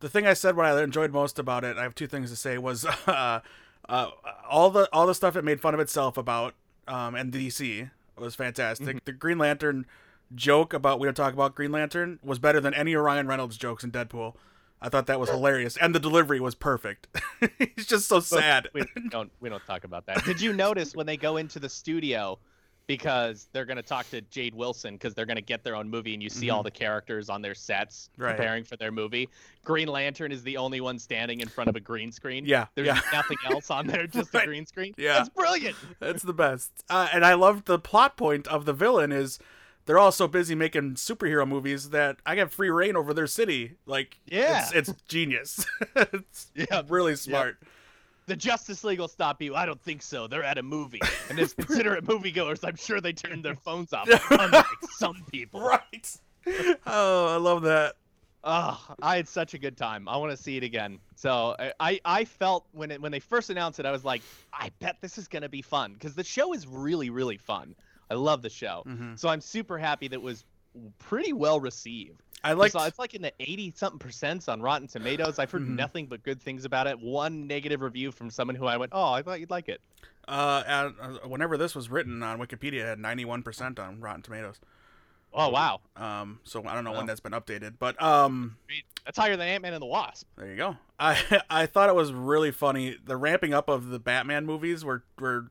Speaker 1: The thing I said what I enjoyed most about it, I have two things to say, was uh, uh, all the all the stuff it made fun of itself about um, and DC was fantastic. The Green Lantern joke about we don't talk about Green Lantern was better than any Ryan Reynolds jokes in Deadpool. I thought that was hilarious, and the delivery was perfect. He's just so
Speaker 3: But
Speaker 1: sad.
Speaker 3: We don't we don't talk about that. Did you notice when they go into the studio because they're going to talk to Jade Wilson because they're going to get their own movie and you see all the characters on their sets
Speaker 1: Right.
Speaker 3: preparing for their movie. Green Lantern is the only one standing in front of a green screen.
Speaker 1: Yeah,
Speaker 3: There's
Speaker 1: yeah.
Speaker 3: nothing else on there, just
Speaker 1: Right.
Speaker 3: a green screen.
Speaker 1: Yeah.
Speaker 3: That's brilliant.
Speaker 1: That's the best. Uh, and I love the plot point of the villain is they're all so busy making superhero movies that I got free reign over their city. Like,
Speaker 3: Yeah.
Speaker 1: it's, it's genius. it's
Speaker 3: Yeah.
Speaker 1: really smart.
Speaker 3: The Justice League will stop you. I don't think so. They're at a movie. And as considerate moviegoers, I'm sure they turned their phones off, unlike some people.
Speaker 1: Right. oh, I love that.
Speaker 3: Oh, I had such a good time. I want to see it again. So I- I, I felt when it, when they first announced it, I was like, I bet this is gonna be fun because the show is really really fun. I love the show,
Speaker 1: Mhm.
Speaker 3: so I'm super happy that it was pretty well received.
Speaker 1: I liked.
Speaker 3: Saw- it's like in the 80 something percents on Rotten Tomatoes. I've heard
Speaker 1: Mhm.
Speaker 3: nothing but good things about it. One negative review from someone who I went, "Oh, I thought you'd like it."
Speaker 1: Uh, and, uh, whenever this was written on Wikipedia, it had 91% on Rotten Tomatoes.
Speaker 3: Oh wow,
Speaker 1: Um, so I don't know
Speaker 3: Wow.
Speaker 1: when that's been updated, but um,
Speaker 3: that's higher than Ant Man and the Wasp.
Speaker 1: there you go. I I thought it was really funny the ramping up of the Batman movies where where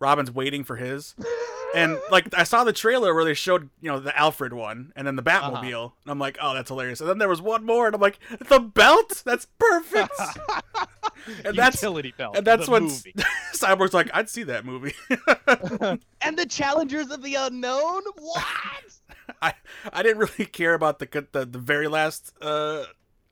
Speaker 1: Robin's waiting for his, and like I saw the trailer where they showed you know the Alfred one and then the
Speaker 3: Uh-huh.
Speaker 1: Batmobile, and I'm like, oh, that's hilarious. And then there was one more, and I'm like, the belt, that's perfect. and that's
Speaker 3: utility belt.
Speaker 1: and that's
Speaker 3: the
Speaker 1: when
Speaker 3: movie.
Speaker 1: Cyborg's like, I'd see that movie.
Speaker 3: and the Challengers of the Unknown. What?
Speaker 1: I didn't really care about the co- the, the very last uh,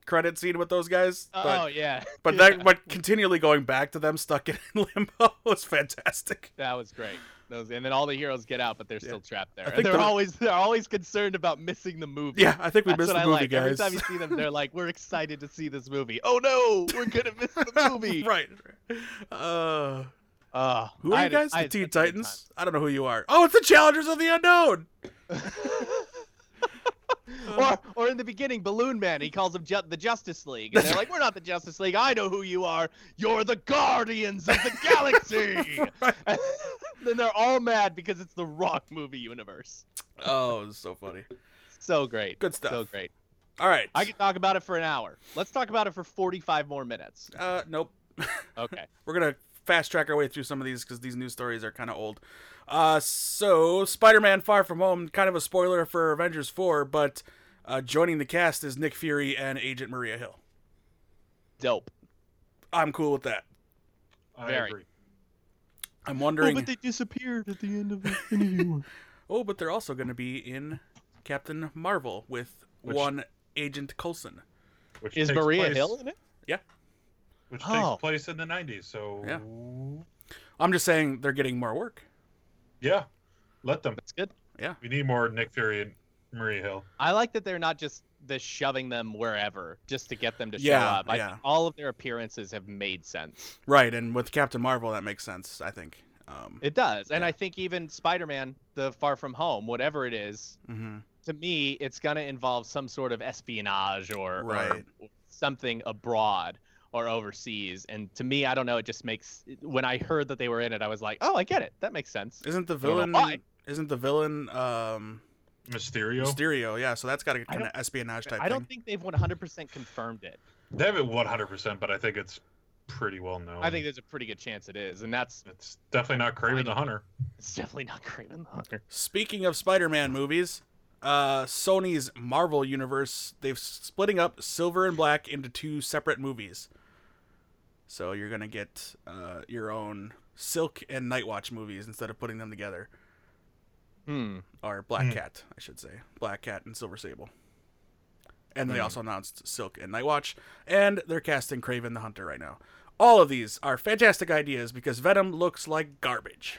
Speaker 1: credit scene with those guys, but
Speaker 3: oh yeah,
Speaker 1: but
Speaker 3: Yeah.
Speaker 1: that but continually going back to them stuck in limbo was fantastic.
Speaker 3: That was great. Those, and then all the heroes get out, but they're
Speaker 1: Yeah.
Speaker 3: still trapped there.
Speaker 1: I
Speaker 3: And
Speaker 1: think
Speaker 3: they're
Speaker 1: the-
Speaker 3: always they're always concerned about missing the movie.
Speaker 1: Yeah, I think we
Speaker 3: That's
Speaker 1: missed
Speaker 3: what
Speaker 1: the
Speaker 3: I
Speaker 1: movie,
Speaker 3: like. Every
Speaker 1: guys.
Speaker 3: time you see them, they're like, "We're excited to see this movie." Oh no, we're gonna miss the movie.
Speaker 1: right. Uh,
Speaker 3: Uh,
Speaker 1: who are you
Speaker 3: I had a-
Speaker 1: guys?
Speaker 3: I
Speaker 1: The Teen
Speaker 3: had such a good
Speaker 1: Titans? I don't know who you are. Oh, it's the Challengers of the Unknown.
Speaker 3: time. or, or in the beginning, Balloon Man, he calls them ju- the Justice League, and they're like, "We're not the Justice League. I know who you are. You're the Guardians of the Galaxy."
Speaker 1: Right.
Speaker 3: then they're all mad because it's the wrong movie universe.
Speaker 1: Oh, it was so funny.
Speaker 3: So great,
Speaker 1: Good stuff.
Speaker 3: so great.
Speaker 1: All right.
Speaker 3: I could talk about it for an hour. Let's talk about it for 45 more minutes.
Speaker 1: Uh, nope.
Speaker 3: Okay.
Speaker 1: We're gonna fast track our way through some of these because these news stories are kind of old. Uh, so Spider-Man: Far From Home, kind of a spoiler for Avengers Four, but uh, joining the cast is Nick Fury and Agent Maria Hill.
Speaker 3: Dope.
Speaker 1: I'm cool with that.
Speaker 2: I
Speaker 3: Very.
Speaker 2: agree.
Speaker 1: I'm wondering.
Speaker 3: Oh, they disappeared at the end of Infinity War.
Speaker 1: oh, but they're also gonna be in Captain Marvel with
Speaker 2: Which-
Speaker 1: one Agent Coulson.
Speaker 2: Which
Speaker 3: Is
Speaker 2: takes
Speaker 3: Maria
Speaker 2: place,
Speaker 3: Hill in it?
Speaker 2: Which
Speaker 3: Oh.
Speaker 2: takes place in the 90s. So
Speaker 1: Yeah.
Speaker 2: yeah.
Speaker 1: I'm just saying they're getting more work.
Speaker 2: let them.
Speaker 3: That's good.
Speaker 2: We need more Nick Fury and Maria Hill.
Speaker 3: I like that they're not just the shoving them wherever just to get them to show
Speaker 1: Yeah,
Speaker 3: up. I
Speaker 1: yeah.
Speaker 3: think all of their appearances have made sense.
Speaker 1: Right, and with Captain Marvel, that makes sense. I think. Um,
Speaker 3: It does. And
Speaker 1: Yeah.
Speaker 3: I think even Spider-Man, the Far From Home, whatever it is,
Speaker 1: hmm
Speaker 3: to me, it's going to involve some sort of espionage or, or
Speaker 1: Right.
Speaker 3: something abroad or overseas. And to me, I don't know. It just makes. When I heard that they were in it, I was like, oh, I get it. That makes sense.
Speaker 1: Isn't the
Speaker 3: don't know
Speaker 1: villain?
Speaker 3: why.
Speaker 1: Isn't the villain? Um,
Speaker 2: Mysterio.
Speaker 1: Mysterio, yeah. So that's got to
Speaker 3: I
Speaker 1: kind of espionage type
Speaker 3: I
Speaker 1: thing.
Speaker 3: don't think they've 100% confirmed it.
Speaker 2: They have it 100%, but I think it's pretty well known.
Speaker 3: I think there's a pretty good chance it is, and that's
Speaker 2: it's definitely not Craven
Speaker 3: Fine.
Speaker 2: the Hunter.
Speaker 3: it's definitely not Craven the Hunter.
Speaker 1: Speaking of Spider-Man movies, uh, Sony's Marvel universe they've splitting up Silver and Black into two separate movies. So you're gonna get uh, your own Silk and Nightwatch movies instead of putting them together,
Speaker 3: Hmm.
Speaker 1: or Black
Speaker 2: Hmm.
Speaker 1: Cat, I should say, Black Cat and Silver Sable. And they
Speaker 2: Hmm.
Speaker 1: also announced Silk and Nightwatch, and they're casting Craven the Hunter right now. All of these are fantastic ideas because Venom looks like garbage.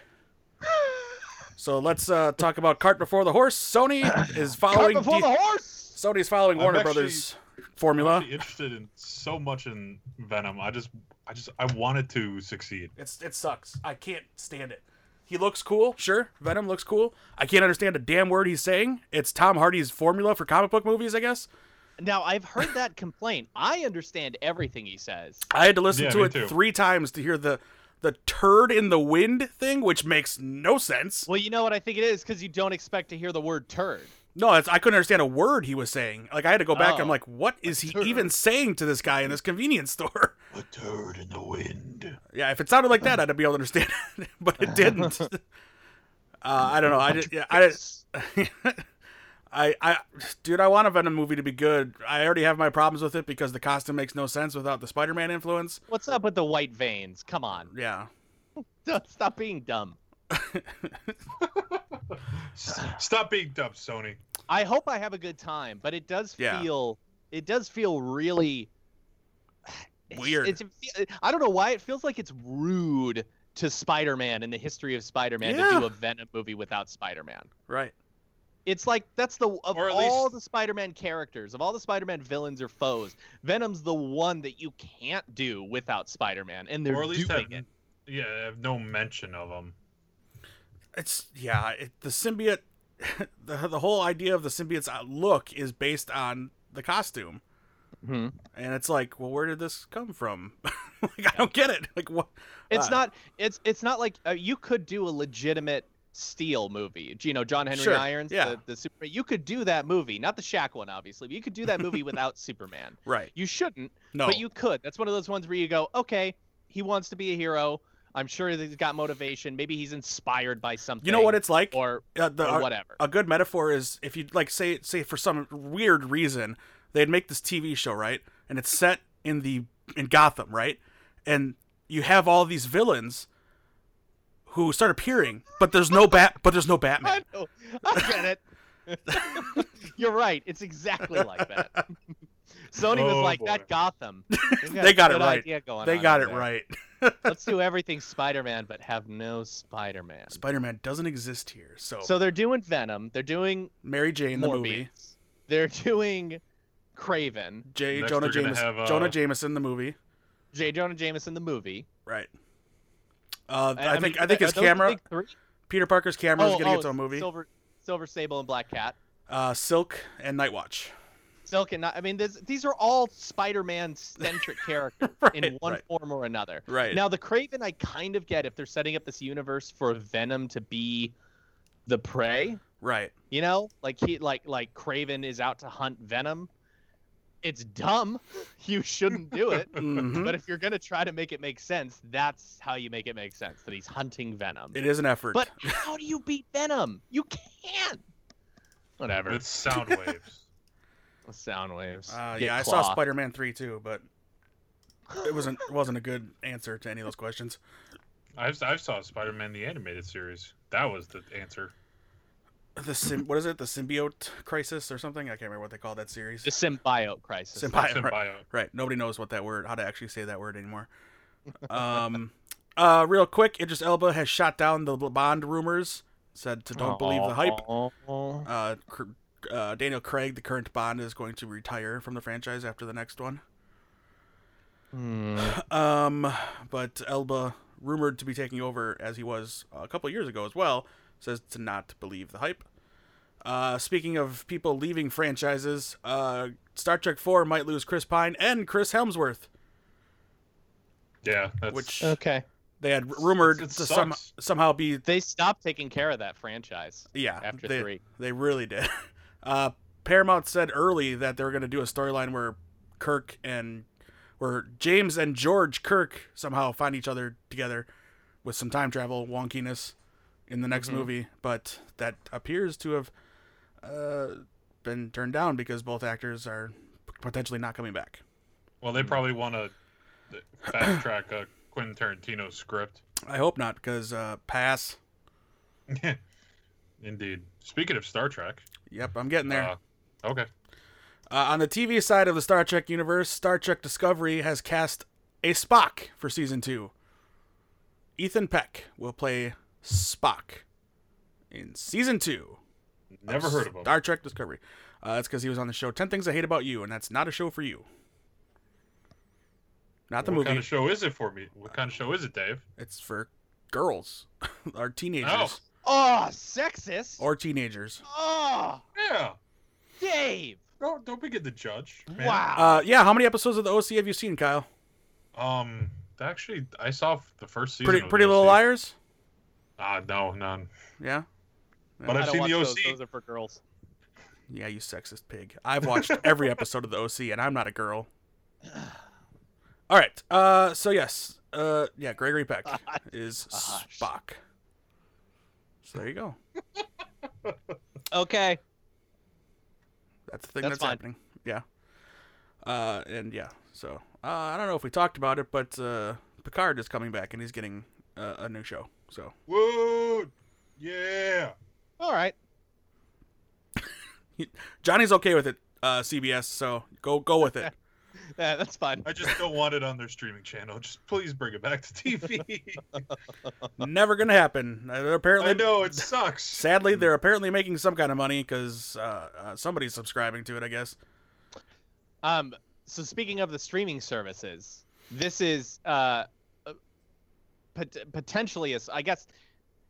Speaker 1: So let's uh, talk about cart before the horse. Sony is following
Speaker 3: before
Speaker 1: D-
Speaker 3: the horse.
Speaker 1: Sony's following
Speaker 2: I'm
Speaker 1: Warner
Speaker 2: actually-
Speaker 1: Brothers
Speaker 2: I'm
Speaker 1: formula.
Speaker 2: actually interested in so much in Venom. I just, I just, I wanted to succeed.
Speaker 1: It's it sucks. I can't stand it. He looks cool, sure. Venom looks cool. I can't understand a damn word he's saying. It's Tom Hardy's formula for comic book movies, I guess.
Speaker 3: Now I've heard that complaint. I understand everything he says.
Speaker 1: I had to listen
Speaker 2: Yeah,
Speaker 1: to
Speaker 2: me
Speaker 1: it
Speaker 2: too.
Speaker 1: three times to hear the the turd in the wind thing, which makes no sense.
Speaker 3: Well, you know what I think it is because you don't expect to hear the word turd.
Speaker 1: No, it's, I couldn't understand a word he was saying. Like I had to go back.
Speaker 3: Oh.
Speaker 1: I'm like, what is he
Speaker 3: turd.
Speaker 1: even saying to this guy in this convenience store?
Speaker 2: A turd in the wind.
Speaker 1: Yeah, if it sounded like that, I'd be able to understand it, but it didn't. uh, I don't know. I just, yeah, I, I, I, dude, I want a Venom movie to be good. I already have my problems with it because the costume makes no sense without the Spider-Man influence.
Speaker 3: What's up with the white veins? Come on,
Speaker 1: Yeah,
Speaker 3: Don't- stop being dumb.
Speaker 2: S- Stop being dumb, Sony.
Speaker 3: I hope I have a good time, but it does
Speaker 1: Yeah.
Speaker 3: feel it does feel really it's-
Speaker 1: Weird.
Speaker 3: It's, I don't know why it feels like it's rude to Spider-Man in the history of Spider-Man to do
Speaker 1: Yeah.
Speaker 3: a Venom movie without Spider-Man.
Speaker 1: right.
Speaker 3: It's like that's the of
Speaker 2: Or at
Speaker 3: all
Speaker 2: least-
Speaker 3: the Spider-Man characters, of all the Spider-Man villains or foes, Venom's the one that you can't do without Spider-Man, and they're
Speaker 2: or at least
Speaker 3: doing
Speaker 2: have,
Speaker 3: it.
Speaker 2: yeah, have no mention of him.
Speaker 1: It's yeah. It, the symbiote the the whole idea of the symbiote's uh, look is based on the costume,
Speaker 3: hmm
Speaker 1: and it's like, well, where did this come from? like, I don't get it. Like, what?
Speaker 3: It's
Speaker 1: Uh,
Speaker 3: not. It's it's not like uh, you could do a legitimate Steel movie. You know, John Henry
Speaker 1: Sure,
Speaker 3: Irons.
Speaker 1: yeah.
Speaker 3: The, the super. You could do that movie, not the Shaq one, obviously. But you could do that movie without Superman.
Speaker 1: Right?
Speaker 3: You shouldn't,
Speaker 1: No.
Speaker 3: but you could. That's one of those ones where you go, okay, he wants to be a hero. I'm sure that he's got motivation. Maybe he's inspired by something.
Speaker 1: You know what it's like?
Speaker 3: or,
Speaker 1: Uh, the,
Speaker 3: or whatever.
Speaker 1: a good metaphor is if you like say say for some weird reason they'd make this TV show right and it's set in the in Gotham right and you have all these villains who start appearing but there's no bat but there's no Batman
Speaker 3: I know. I get it. You're right. It's exactly like that. Sony was
Speaker 2: Oh,
Speaker 3: like
Speaker 2: boy.
Speaker 3: that Gotham. We've
Speaker 1: They got
Speaker 3: a
Speaker 1: it
Speaker 3: good
Speaker 1: right.
Speaker 3: idea going
Speaker 1: they
Speaker 3: on
Speaker 1: got it
Speaker 3: over there.
Speaker 1: right
Speaker 3: Let's do everything Spider-Man, but have no Spider-Man.
Speaker 1: Spider-Man doesn't exist here so,
Speaker 3: So they're doing Venom. They're doing
Speaker 1: Mary Jane oh. the movie
Speaker 3: Morbius. They're doing Craven.
Speaker 1: J
Speaker 2: Next
Speaker 1: Jonah
Speaker 2: they're gonna
Speaker 1: Jameson
Speaker 2: have, uh,
Speaker 1: Jonah Jameson the movie
Speaker 3: J. Jonah Jameson the movie.
Speaker 1: right uh, I,
Speaker 3: mean,
Speaker 1: think I think
Speaker 3: are
Speaker 1: his
Speaker 3: those the
Speaker 1: camera
Speaker 3: big three?
Speaker 1: Peter Parker's camera is
Speaker 3: Oh,
Speaker 1: going to
Speaker 3: oh,
Speaker 1: get to a movie
Speaker 3: Silver, Silver Sable and Black Cat.
Speaker 1: uh, Silk and Nightwatch
Speaker 3: Silk and Ni- I mean, this, these are all Spider-Man centric characters in one
Speaker 1: right.
Speaker 3: form or another.
Speaker 1: right
Speaker 3: Now, the Craven, I kind of get if they're setting up this universe for Venom to be the prey.
Speaker 1: right
Speaker 3: You know, like he, like, like Craven is out to hunt Venom. It's dumb. You shouldn't do it.
Speaker 1: Mhm.
Speaker 3: But if you're gonna try to make it make sense, that's how you make it make sense. That he's hunting Venom.
Speaker 1: It is an effort.
Speaker 3: But how do you beat Venom? You can't. Whatever.
Speaker 2: With sound waves.
Speaker 3: Sound waves.
Speaker 1: uh,
Speaker 3: Get
Speaker 1: yeah, I
Speaker 3: Claw.
Speaker 1: saw Spider-Man three too, but it wasn't it wasn't a good answer to any of those questions.
Speaker 2: I've I've saw Spider-Man the animated series. That was the answer.
Speaker 1: The sym- what is it? The symbiote crisis or something? I can't remember what they called that series.
Speaker 3: the symbiote crisis.
Speaker 1: Symbi- Bio-
Speaker 2: Symbiote.
Speaker 1: right. Nobody knows what that word, how to actually say that word anymore. Um, uh, real quick, Idris Elba has shot down the Bond rumors. Said to don't believe the hype.
Speaker 3: hype.
Speaker 1: Uh, cr- uh, Daniel Craig, the current Bond, is going to retire from the franchise after the next one.
Speaker 3: Hmm.
Speaker 1: Um, but Elba, rumored to be taking over as he was a couple years ago as well, says to not believe the hype. Uh, speaking of people leaving franchises, uh, Star Trek Four might lose Chris Pine and Chris Helmsworth,
Speaker 2: Yeah, that's
Speaker 1: which
Speaker 3: Okay.
Speaker 1: they had rumored
Speaker 2: it's- it
Speaker 1: to some,
Speaker 2: sucks.
Speaker 1: somehow be.
Speaker 3: They stopped taking care of that franchise
Speaker 1: Yeah,
Speaker 3: after
Speaker 1: Uh, they,
Speaker 3: three.
Speaker 1: they really did. Uh, Paramount said early that they were going to do a storyline where Kirk and where James and George Kirk somehow find each other together with some time travel wonkiness in the next
Speaker 2: Mm-hmm.
Speaker 3: Mhm.
Speaker 1: movie, but that appears to have uh, been turned down because both actors are potentially not coming back.
Speaker 2: well, they probably want to fast track a Quentin Tarantino script.
Speaker 1: I hope not, because uh, pass.
Speaker 2: Indeed. Speaking of Star Trek,
Speaker 1: Yep, I'm getting there.
Speaker 2: Uh, okay.
Speaker 1: Uh, on the TV side of the Star Trek universe, Star Trek Discovery has cast a Spock for season two. Ethan Peck will play Spock in season two.
Speaker 2: Never heard of him.
Speaker 1: Star Trek Discovery. Uh, that's because he was on the show 10 Things I Hate About You, and that's not a show for you. Not the
Speaker 2: what
Speaker 1: movie.
Speaker 2: kind of show is it for me? What kind of show is it, Dave?
Speaker 1: It's for girls or teenagers.
Speaker 2: Oh.
Speaker 3: Oh, sexist.
Speaker 1: Or teenagers.
Speaker 3: oh,
Speaker 2: Yeah.
Speaker 3: Dave.
Speaker 2: Don't don't begin to judge. man.
Speaker 3: Wow.
Speaker 1: Uh, yeah, how many episodes of the OC have you seen, Kyle?
Speaker 2: Um. Actually, I saw the first season.
Speaker 1: Pretty,
Speaker 2: of
Speaker 1: pretty
Speaker 2: the
Speaker 1: Little
Speaker 2: OC.
Speaker 1: Liars?
Speaker 2: Ah, no, none.
Speaker 1: Yeah?
Speaker 2: But
Speaker 3: I
Speaker 2: I've
Speaker 3: don't
Speaker 2: seen
Speaker 3: watch
Speaker 2: the OC.
Speaker 3: those. Those are for girls.
Speaker 1: Yeah, you sexist pig. I've watched every episode of the OC, and I'm not a girl. All right. Uh, so yes. Uh, yeah, Gregory Peck
Speaker 3: Ah,
Speaker 1: is
Speaker 3: Gosh.
Speaker 1: Spock. So there you go.
Speaker 3: Okay.
Speaker 1: That's the thing that's,
Speaker 3: That's fine.
Speaker 1: happening. Yeah. Uh, and yeah. So uh, I don't know if we talked about it, but uh, Picard is coming back, and he's getting uh, a new show. So
Speaker 2: Whoa. Yeah.
Speaker 3: All right.
Speaker 1: Johnny's okay with it. Uh, CBS. So go go with it.
Speaker 3: Yeah, that's fine.
Speaker 2: I just don't want it on their streaming channel. Just please bring it back to TV.
Speaker 1: Never gonna happen. Uh, they're apparently
Speaker 2: I know it sucks.
Speaker 1: Sadly, they're apparently making some kind of money because uh, uh, somebody's subscribing to it, I guess.
Speaker 3: Um. So speaking of the streaming uh, services, this is uh, pot- potentially a s- I guess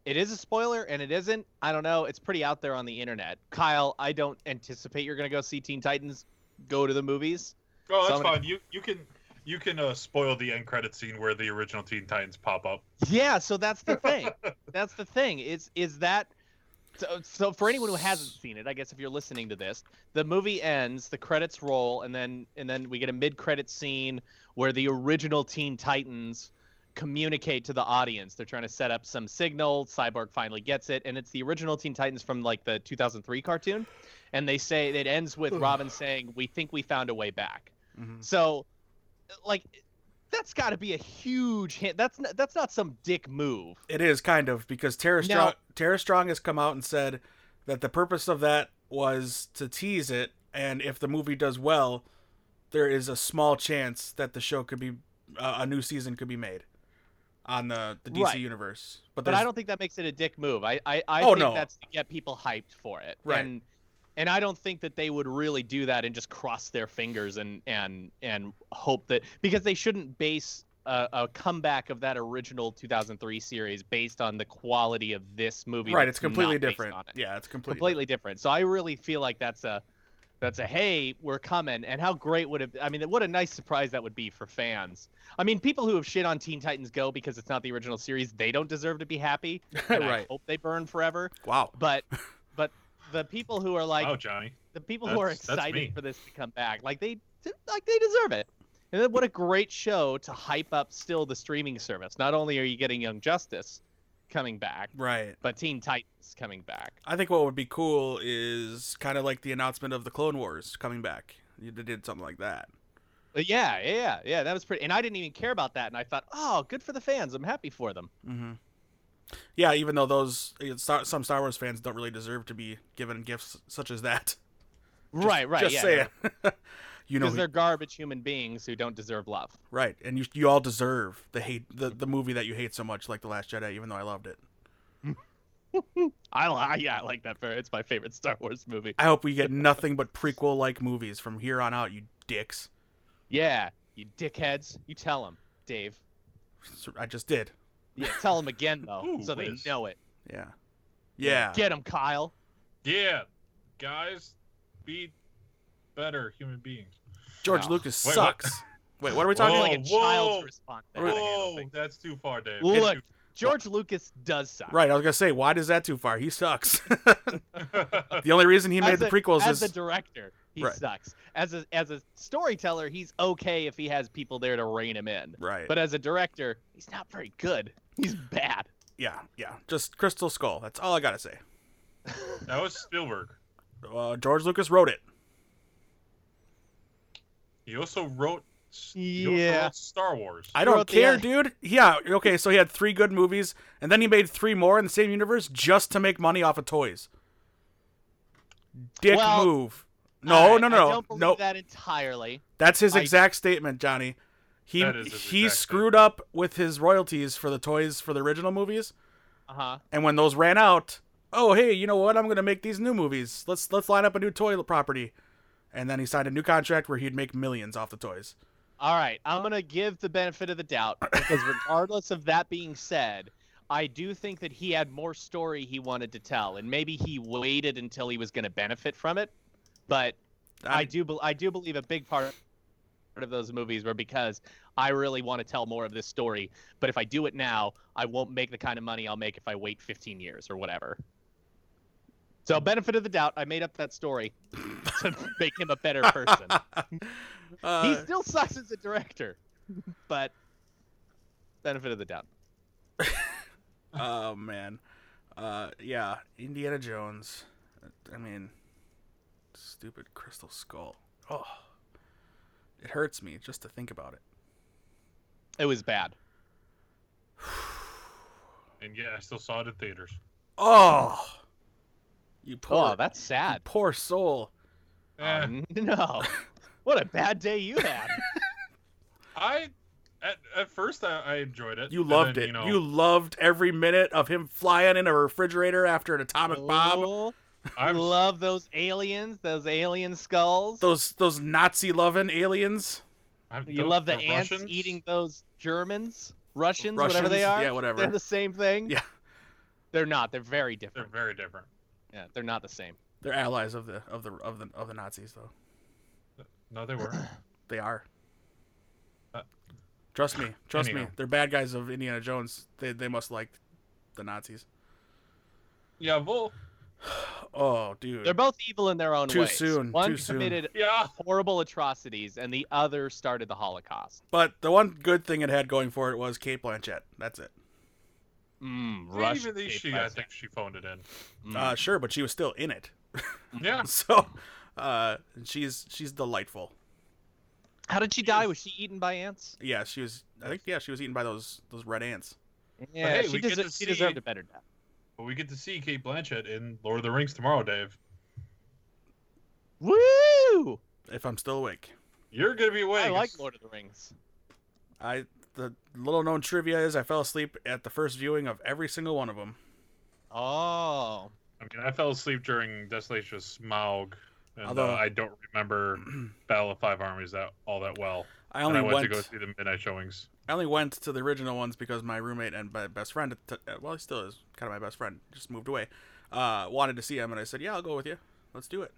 Speaker 3: it is a spoiler and it isn't. I don't know. It's pretty out there on the internet. Kyle, I don't anticipate you're gonna go see Teen Titans. Go to the movies.
Speaker 2: Oh, that's
Speaker 3: Some-
Speaker 2: fine. You you can you can uh, spoil the end credit scene where the original Teen Titans pop up.
Speaker 3: Yeah, so that's the thing. that's the thing. Is is that so, so for anyone who hasn't seen it, I guess if you're listening to this, the movie ends, the credits roll, and then and then we get a mid-credit scene where the original Teen Titans communicate to the audience. They're trying to set up some signal. Cyborg finally gets it, and it's the original Teen Titans from like the 2003 cartoon, and they say it ends with Robin saying, "We think we found a way back."
Speaker 1: Mhm.
Speaker 3: So, like, that's got to be a huge hint. That's not, that's not some dick move.
Speaker 1: It is kind of because Tara Strong,
Speaker 3: Now-
Speaker 1: Tara Strong has come out and said that the purpose of that was to tease it, and if the movie does well, there is a small chance that the show could be uh, a new season could be made on the the DC
Speaker 3: Right.
Speaker 1: universe. But,
Speaker 3: But
Speaker 1: there's-
Speaker 3: I don't think that makes it a dick move. I I, I
Speaker 1: Oh,
Speaker 3: think
Speaker 1: no.
Speaker 3: that's to get people hyped for it.
Speaker 1: Right.
Speaker 3: And, and I don't think that they would really do that and just cross their fingers and and and hope that because they shouldn't base a, a comeback of that original 2003 series based on the quality of this movie.
Speaker 1: right.
Speaker 3: that's
Speaker 1: It's completely
Speaker 3: not based
Speaker 1: different.
Speaker 3: on it.
Speaker 1: Yeah, it's completely,
Speaker 3: completely different. So I really feel like that's a that's a hey, we're coming. And how great would it I mean, what a nice surprise that would be for fans. I mean, people who have shit on Teen Titans Go because it's not the original series, they don't deserve to be happy. And I
Speaker 1: Right.
Speaker 3: hope they burn forever.
Speaker 1: Wow.
Speaker 3: But but the people who are like
Speaker 2: wow, Johnny.
Speaker 3: the people who are
Speaker 2: Oh, That's- that's me.
Speaker 3: excited for this to come back, like they like they deserve it. And then what a great show to hype up still the streaming service. Not only are you getting Young Justice coming back,
Speaker 1: Right.
Speaker 3: but Teen Titans coming back.
Speaker 1: I think what would be cool is kind of like the announcement of the Clone Wars coming back. You did something like that.
Speaker 3: But yeah, yeah, yeah, yeah. That was pretty, and I didn't even care about that. And I thought, oh, good for the fans. I'm happy for them.
Speaker 1: hmm Yeah, even though those you know, Star, some Star Wars fans don't really deserve to be given gifts such as that. Just-
Speaker 3: right, right.
Speaker 1: Just
Speaker 3: yeah,
Speaker 1: saying. you know,
Speaker 3: Because they're garbage human beings who don't deserve love.
Speaker 1: right, and you you all deserve the hate the, the movie that you hate so much, like the Last Jedi. Even though I loved it,
Speaker 3: I, li- yeah, I like that. Fair. It's my favorite Star Wars movie.
Speaker 1: I hope we get nothing but prequel like movies from here on out. You dicks!
Speaker 3: Yeah, you dickheads. You tell them, Dave.
Speaker 1: I just did.
Speaker 3: Yeah, tell them again though,
Speaker 2: Ooh,
Speaker 3: so they
Speaker 2: whiz.
Speaker 3: know it.
Speaker 1: Yeah, yeah.
Speaker 3: Get them, Kyle.
Speaker 2: Yeah, guys, be better human beings.
Speaker 1: George
Speaker 3: No.
Speaker 1: Lucas
Speaker 2: Wait, what?
Speaker 1: sucks. Wait, what are we talking
Speaker 2: Whoa,
Speaker 1: about?
Speaker 3: like a child's
Speaker 2: whoa.
Speaker 3: response. there, I don't
Speaker 2: Whoa,
Speaker 3: think.
Speaker 2: that's too far, Dave.
Speaker 3: Look. George Lucas does suck.
Speaker 1: Right, I was gonna say, why does that too far? He sucks.
Speaker 2: That's
Speaker 1: the only reason he
Speaker 3: As
Speaker 1: made the
Speaker 3: a-
Speaker 1: prequels
Speaker 3: as
Speaker 1: is
Speaker 3: a director, he
Speaker 1: Right.
Speaker 3: sucks. As a as a storyteller, he's okay if he has people there to rein him in.
Speaker 1: right.
Speaker 3: But as a director, he's not very good. He's bad.
Speaker 1: yeah, yeah. Just Crystal Skull. That's all I gotta say.
Speaker 2: that was Spielberg.
Speaker 1: Uh, George Lucas wrote it.
Speaker 2: He also wrote. He also
Speaker 3: Yeah.
Speaker 2: wrote Star Wars.
Speaker 1: I
Speaker 3: He
Speaker 1: don't
Speaker 3: wrote the-
Speaker 1: care, dude. Yeah, okay, so he had three good movies, and then he made three more in the same universe just to make money off of toys. Dick
Speaker 3: Well,
Speaker 1: move. No,
Speaker 3: All right,
Speaker 1: no,
Speaker 3: I
Speaker 1: no,
Speaker 3: don't
Speaker 1: no,
Speaker 3: believe
Speaker 1: no.
Speaker 3: that entirely.
Speaker 1: That's his
Speaker 3: I-
Speaker 1: exact statement, Johnny. He
Speaker 2: That is his
Speaker 1: he
Speaker 2: exact
Speaker 1: screwed up with his royalties for the toys for the original movies,
Speaker 3: Uh huh.
Speaker 1: and when those ran out, oh hey, you know what? I'm gonna make these new movies. Let's let's line up a new toy property, and then he signed a new contract where he'd make millions off the toys.
Speaker 3: All right, I'm gonna give the benefit of the doubt because regardless of that being said, I do think that he had more story he wanted to tell, and maybe he waited until he was gonna benefit from it. But I do, bel I do believe a big part of those movies were because I really want to tell more of this story. But if I do it now, I won't make the kind of money I'll make if I wait 15 years or whatever. So, benefit of the doubt, I made up that story to make him a better person.
Speaker 1: Uh,
Speaker 3: he still sucks as a director, but benefit of the doubt.
Speaker 1: oh man uh yeah indiana jones i mean stupid crystal skull oh it hurts me just to think about it
Speaker 3: It was bad.
Speaker 2: and yeah, I still saw it in theaters.
Speaker 1: oh you poor
Speaker 3: Oh, that's
Speaker 1: you
Speaker 3: sad.
Speaker 1: poor soul
Speaker 2: Eh,
Speaker 1: Um,
Speaker 3: Oh, no. What a bad day you had.
Speaker 2: I at, at first I, I enjoyed it.
Speaker 1: you
Speaker 2: and
Speaker 1: loved
Speaker 2: then,
Speaker 1: it
Speaker 2: You, know,
Speaker 1: you loved every minute of him flying in a refrigerator after an atomic bomb
Speaker 3: Oh. I
Speaker 2: I'm
Speaker 3: love those aliens, those alien skulls.
Speaker 1: those those nazi loving aliens
Speaker 2: I'm-
Speaker 3: you
Speaker 2: those-
Speaker 3: love the, ants
Speaker 2: Russians?
Speaker 3: eating those Germans, Russians,
Speaker 1: russians
Speaker 3: whatever they are.
Speaker 1: yeah
Speaker 3: They're
Speaker 1: whatever
Speaker 3: the same thing.
Speaker 1: Yeah.
Speaker 3: They're not. They're very
Speaker 2: They're
Speaker 3: different.
Speaker 2: very different.
Speaker 3: yeah, they're not the same.
Speaker 1: They're allies of the of the of the of the Nazis, though.
Speaker 2: No, they were.
Speaker 1: They are.
Speaker 2: Uh,
Speaker 1: Trust me, trust me.
Speaker 2: anyhow.
Speaker 1: They're bad guys of Indiana Jones. They they must like the Nazis.
Speaker 2: yeah, Vol.
Speaker 1: Oh, dude.
Speaker 3: They're both evil in their own
Speaker 1: Too
Speaker 3: ways.
Speaker 1: soon,
Speaker 3: One
Speaker 1: too soon.
Speaker 3: committed
Speaker 2: Yeah.
Speaker 3: horrible atrocities, and the other started the Holocaust.
Speaker 1: But the one good thing it had going for it was Kate Blanchett. That's it.
Speaker 3: Mm,
Speaker 2: Even
Speaker 3: Russian
Speaker 2: the,
Speaker 3: tape
Speaker 2: she, I
Speaker 3: press.
Speaker 2: think she phoned it in.
Speaker 3: Mm.
Speaker 1: Uh, sure, but she was still in it.
Speaker 2: Yeah.
Speaker 1: So, uh, she's she's delightful.
Speaker 3: How did she die? Was she eaten by ants?
Speaker 1: Yeah, she was. I think yeah, she was eaten by those those red ants.
Speaker 3: Yeah,
Speaker 2: hey,
Speaker 3: she,
Speaker 2: we get
Speaker 3: deser-
Speaker 2: to
Speaker 3: she
Speaker 2: see-
Speaker 3: deserved a better death.
Speaker 2: But we get to see Kate Blanchett in Lord of the Rings tomorrow, Dave.
Speaker 3: Woo!
Speaker 1: If I'm still awake,
Speaker 2: You're gonna be awake.
Speaker 3: I like Lord of the Rings.
Speaker 1: I the little known trivia is I fell asleep at the first viewing of every single one of them.
Speaker 3: Oh,
Speaker 2: I mean, I fell asleep during Desolation of Smaug, and
Speaker 1: Although-
Speaker 2: uh, I don't remember Battle of Five Armies that all that well.
Speaker 1: I
Speaker 2: And
Speaker 1: only
Speaker 2: I went,
Speaker 1: went.
Speaker 2: to go see the midnight showings.
Speaker 1: I only went to the original ones because my roommate and my best friend, at the- well, he still is kind of my best friend, just moved away, uh, wanted to see him, and I said, "Yeah, I'll go with you. Let's do it."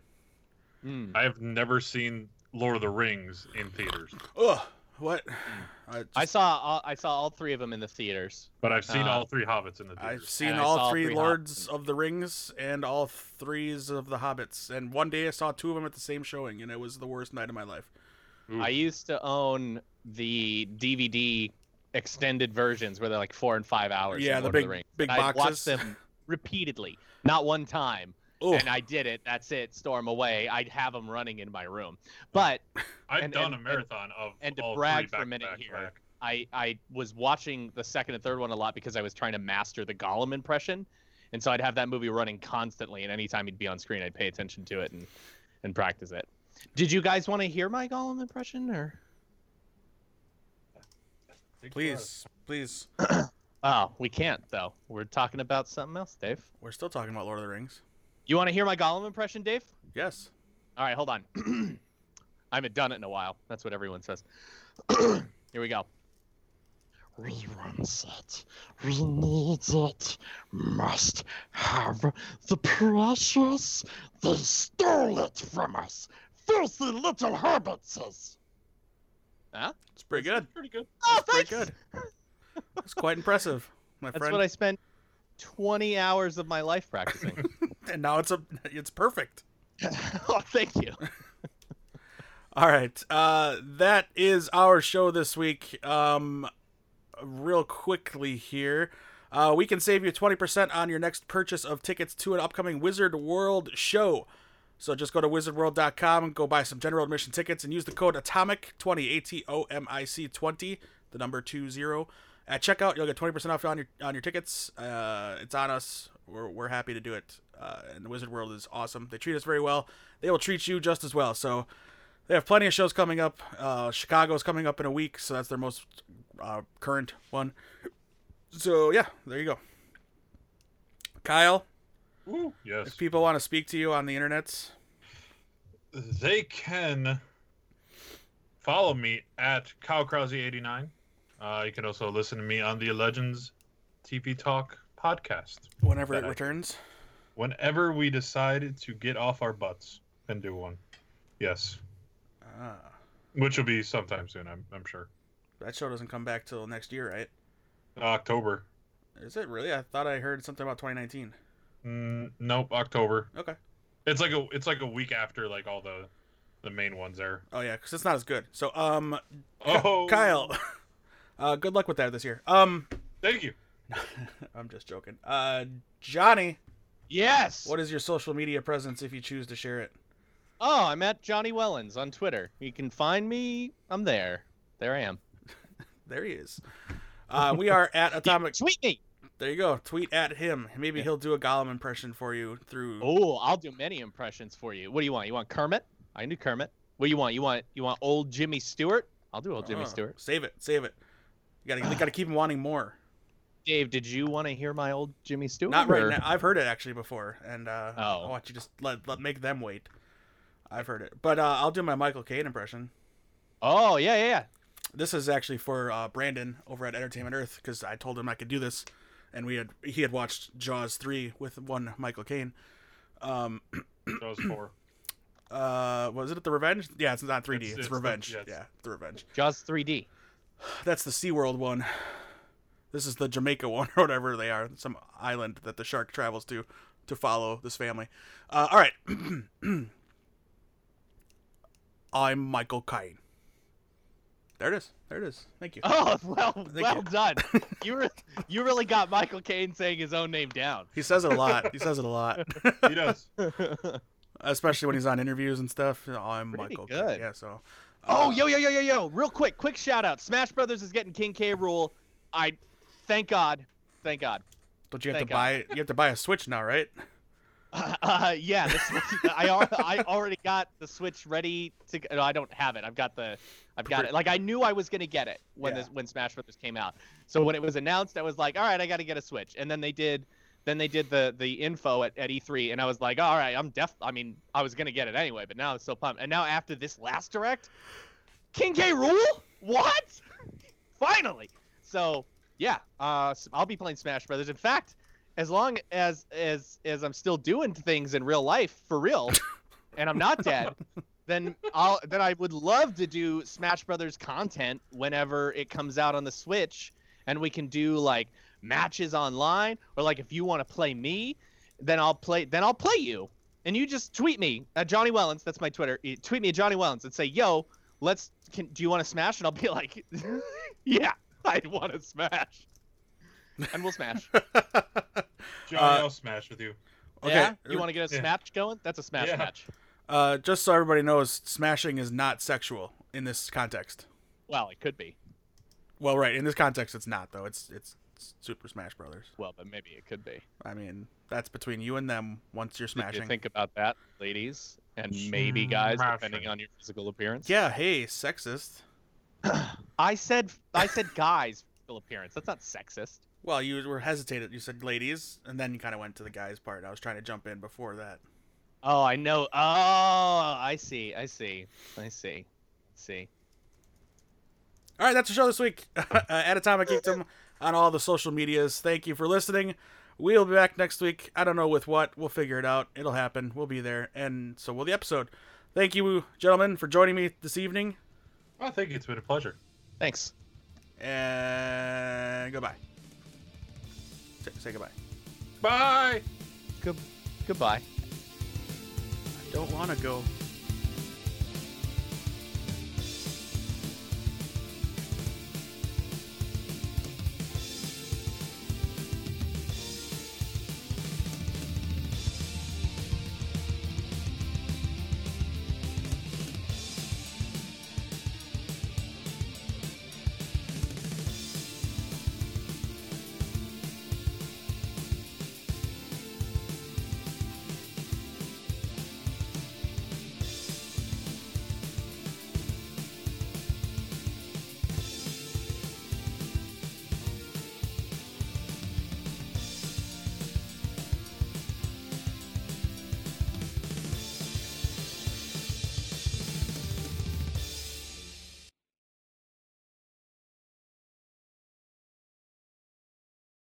Speaker 3: Mm.
Speaker 2: I have never seen Lord of the Rings in theaters,
Speaker 1: Ugh, what? I just-
Speaker 3: I saw all, I saw all three of them in the theaters.
Speaker 2: but I've seen
Speaker 3: Uh,
Speaker 2: all three Hobbits in the
Speaker 1: I've
Speaker 2: theaters.
Speaker 1: seen
Speaker 3: I saw
Speaker 1: all
Speaker 3: all
Speaker 1: three,
Speaker 3: three
Speaker 1: Lords
Speaker 3: Hobbits.
Speaker 1: of the Rings and all threes of the Hobbits, and one day I saw two of them at the same showing, and it was the worst night of my life.
Speaker 2: Ooh.
Speaker 3: I used to own the DVD extended versions where they're like four and five hours. of
Speaker 1: yeah, the
Speaker 3: Lord
Speaker 1: big
Speaker 3: of the Rings.
Speaker 1: big
Speaker 3: I
Speaker 1: boxes.
Speaker 3: watched them repeatedly, not one time,
Speaker 1: Oh,
Speaker 3: and I did it. That's it. Storm away. I'd have them running in my room, but
Speaker 2: I've
Speaker 3: and-
Speaker 2: done
Speaker 3: and-
Speaker 2: a marathon of
Speaker 3: and to
Speaker 2: all
Speaker 3: brag
Speaker 2: three
Speaker 3: for a
Speaker 2: back to
Speaker 3: minute
Speaker 2: back to
Speaker 3: here,
Speaker 2: back.
Speaker 3: I I was watching the second and third one a lot because I was trying to master the Gollum impression, and so I'd have that movie running constantly, and anytime he'd be on screen, I'd pay attention to it and and practice it. Did you guys want to hear my Gollum impression or?
Speaker 1: please, please.
Speaker 3: Oh, we can't though. We're talking about something else, Dave.
Speaker 1: We're still talking about Lord of the Rings.
Speaker 3: You want to hear my Gollum impression, Dave?
Speaker 1: Yes.
Speaker 3: All right, hold on. I haven't done it in a while. That's what everyone says. Here we go.
Speaker 4: We want it. We need it. Must have the precious. They stole it from us. Filthy little hermitses.
Speaker 1: It's pretty good.
Speaker 2: Pretty good.
Speaker 3: Oh,
Speaker 1: Pretty good. It's quite impressive, my
Speaker 3: That's
Speaker 1: friend.
Speaker 3: what I spent 20 hours of my life practicing.
Speaker 1: And now it's a it's perfect.
Speaker 3: oh, thank you.
Speaker 1: All right. Uh, that is our show this week. Um, real quickly here. Uh, we can save you 20% on your next purchase of tickets to an upcoming Wizard World show. So just go to wizardworld.com and go buy some general admission tickets and use the code ATOMIC20, A T O M I C 20, the number 20. At checkout, you'll get 20% off on your on your tickets. Uh, it's on us. We're, we're happy to do it. Uh, and the Wizard World is awesome. They treat us very well. They will treat you just as well. So they have plenty of shows coming up. Uh, Chicago's coming up in a week, so that's their most uh, current one. So yeah, there you go. Kyle,
Speaker 2: Woo. Yes.
Speaker 1: if people want to speak to you on the internet,
Speaker 2: they can follow me at cowcrowsy89. Uh, you can also listen to me on the Legends TV Talk podcast
Speaker 1: whenever it
Speaker 2: Yeah.
Speaker 1: returns,
Speaker 2: whenever we decide to get off our butts and do one. Yes,
Speaker 1: ah,
Speaker 2: which will be sometime soon, I'm, I'm sure.
Speaker 1: that show doesn't come back till next year, right?
Speaker 2: October.
Speaker 1: Is it really? I thought I heard something about 2019.
Speaker 2: Mm, nope, October.
Speaker 1: Okay.
Speaker 2: It's like a it's like a week after like all the the main ones there.
Speaker 1: Oh yeah, because it's not as good. So um,
Speaker 2: Oh,
Speaker 1: Kyle, uh, good luck with that this year. Um,
Speaker 2: Thank you.
Speaker 1: I'm just joking. Uh, Johnny,
Speaker 3: Yes.
Speaker 1: what is your social media presence if you choose to share it?
Speaker 3: Oh, I'm at Johnny Wellens on Twitter. You can find me. I'm there. There I am.
Speaker 1: There he is. Uh, we are at Atomic.
Speaker 3: Tweet me.
Speaker 1: There you go. Tweet at him. Maybe
Speaker 3: Yeah.
Speaker 1: he'll do a Gollum impression for you through.
Speaker 3: Oh, I'll do many impressions for you. What do you want? You want Kermit? I can do Kermit. What do you want? You want you want old Jimmy Stewart? I'll do old Jimmy
Speaker 1: Uh,
Speaker 3: Stewart.
Speaker 1: Save it. Save it. You gotta, you gotta keep him wanting more.
Speaker 3: Dave, did you want to hear my old Jimmy Stewart?
Speaker 1: Not right
Speaker 3: or-
Speaker 1: now. I've heard it actually before, and uh, I
Speaker 3: Oh.
Speaker 1: want you to just let, let make them wait. I've heard it, but uh, I'll do my Michael Caine impression.
Speaker 3: Oh yeah yeah yeah.
Speaker 1: This is actually for uh, Brandon over at Entertainment Earth because I told him I could do this, and we had he had watched Jaws three with one Michael Caine. Um,
Speaker 2: That was four.
Speaker 1: uh, was it the Revenge? Yeah, it's not 3D. It's,
Speaker 2: It's- it's the-
Speaker 1: Revenge.
Speaker 2: yeah, it's-
Speaker 1: yeah, the Revenge.
Speaker 3: Jaws 3D.
Speaker 1: That's the SeaWorld one. This is the Jamaica one or whatever they are. Some island that the shark travels to to follow this family. Uh, all right. I'm Michael Caine. There it is. There it is. Thank you.
Speaker 3: Oh well,
Speaker 1: Thank
Speaker 3: well
Speaker 1: you.
Speaker 3: done. You were you really got Michael Caine saying his own name down.
Speaker 1: He says it a lot. He says it a lot,
Speaker 2: He does.
Speaker 1: especially when he's on interviews and stuff. Oh, I'm
Speaker 3: Pretty
Speaker 1: Michael.
Speaker 3: good.
Speaker 1: Yeah. So.
Speaker 3: Oh,
Speaker 1: uh,
Speaker 3: yo, yo, yo, yo, yo! Real quick, quick shout out. Smash Brothers is getting King K. Rule. I, thank God, thank God.
Speaker 1: Don't you have
Speaker 3: thank
Speaker 1: to buy? You have to buy a Switch now, right?
Speaker 3: Uh, uh, yeah, the Switch, I al- I already got the Switch ready to. g- No, I don't have it. I've got the, I've got
Speaker 1: Pre-
Speaker 3: it. Like I knew I was gonna get it when
Speaker 1: Yeah.
Speaker 3: this when Smash Brothers came out. So when it was announced, I was like, all right, I gotta get a Switch. And then they did, then they did the the info at, at E3, and I was like, all right, I'm def. I mean, I was gonna get it anyway, but now I'm so pumped. And now after this last direct, King K. Rule, what? Finally. So yeah, uh, s- I'll be playing Smash Brothers. In fact, as long as as as I'm still doing things in real life for real, and I'm not dead, then I'll then I would love to do Smash Brothers content whenever it comes out on the Switch, and we can do like matches online, or like if you want to play me, then I'll play then I'll play you, and you just tweet me at Johnny Wellens. That's my Twitter. eh, Tweet me at Johnny Wellens and say, "Yo, let's. Can, do you want to smash?" And I'll be like, "Yeah, I'd want to smash," and we'll smash.
Speaker 2: Johnny,
Speaker 1: Uh,
Speaker 2: I'll smash with you.
Speaker 1: Okay. Er,
Speaker 3: Yeah? You want to get a
Speaker 2: Yeah.
Speaker 3: smash going? That's a smash
Speaker 2: Yeah.
Speaker 3: match.
Speaker 1: Uh, just so everybody knows, smashing is not sexual in this context.
Speaker 3: Well, it could be.
Speaker 1: Well, right in this context, it's not though. It's it's Super Smash Brothers.
Speaker 3: Well, but maybe it could be.
Speaker 1: I mean, that's between you and them. Once you're
Speaker 3: Did you
Speaker 1: smashing,
Speaker 3: think about that, ladies, and maybe guys, depending
Speaker 2: Smashing.
Speaker 3: on your physical appearance.
Speaker 1: yeah. Hey, sexist.
Speaker 3: I said I said guys physical appearance. That's not sexist.
Speaker 1: Well, you were hesitated. You said ladies, and then you kind of went to the guys part. I was trying to jump in before that.
Speaker 3: Oh, I know. Oh, I see. I see. I see. See.
Speaker 1: All right, that's the show this week uh, at Atomic Geekdom on all the social medias. Thank you for listening. We'll be back next week. I don't know with what. We'll figure it out. It'll happen. We'll be there, and so will the episode. Thank you, gentlemen, for joining me this evening,
Speaker 2: I think Oh, it's been a pleasure.
Speaker 3: Thanks.
Speaker 1: and goodbye. Say, say goodbye.
Speaker 2: Bye.
Speaker 3: Good. Goodbye.
Speaker 1: I don't want to go.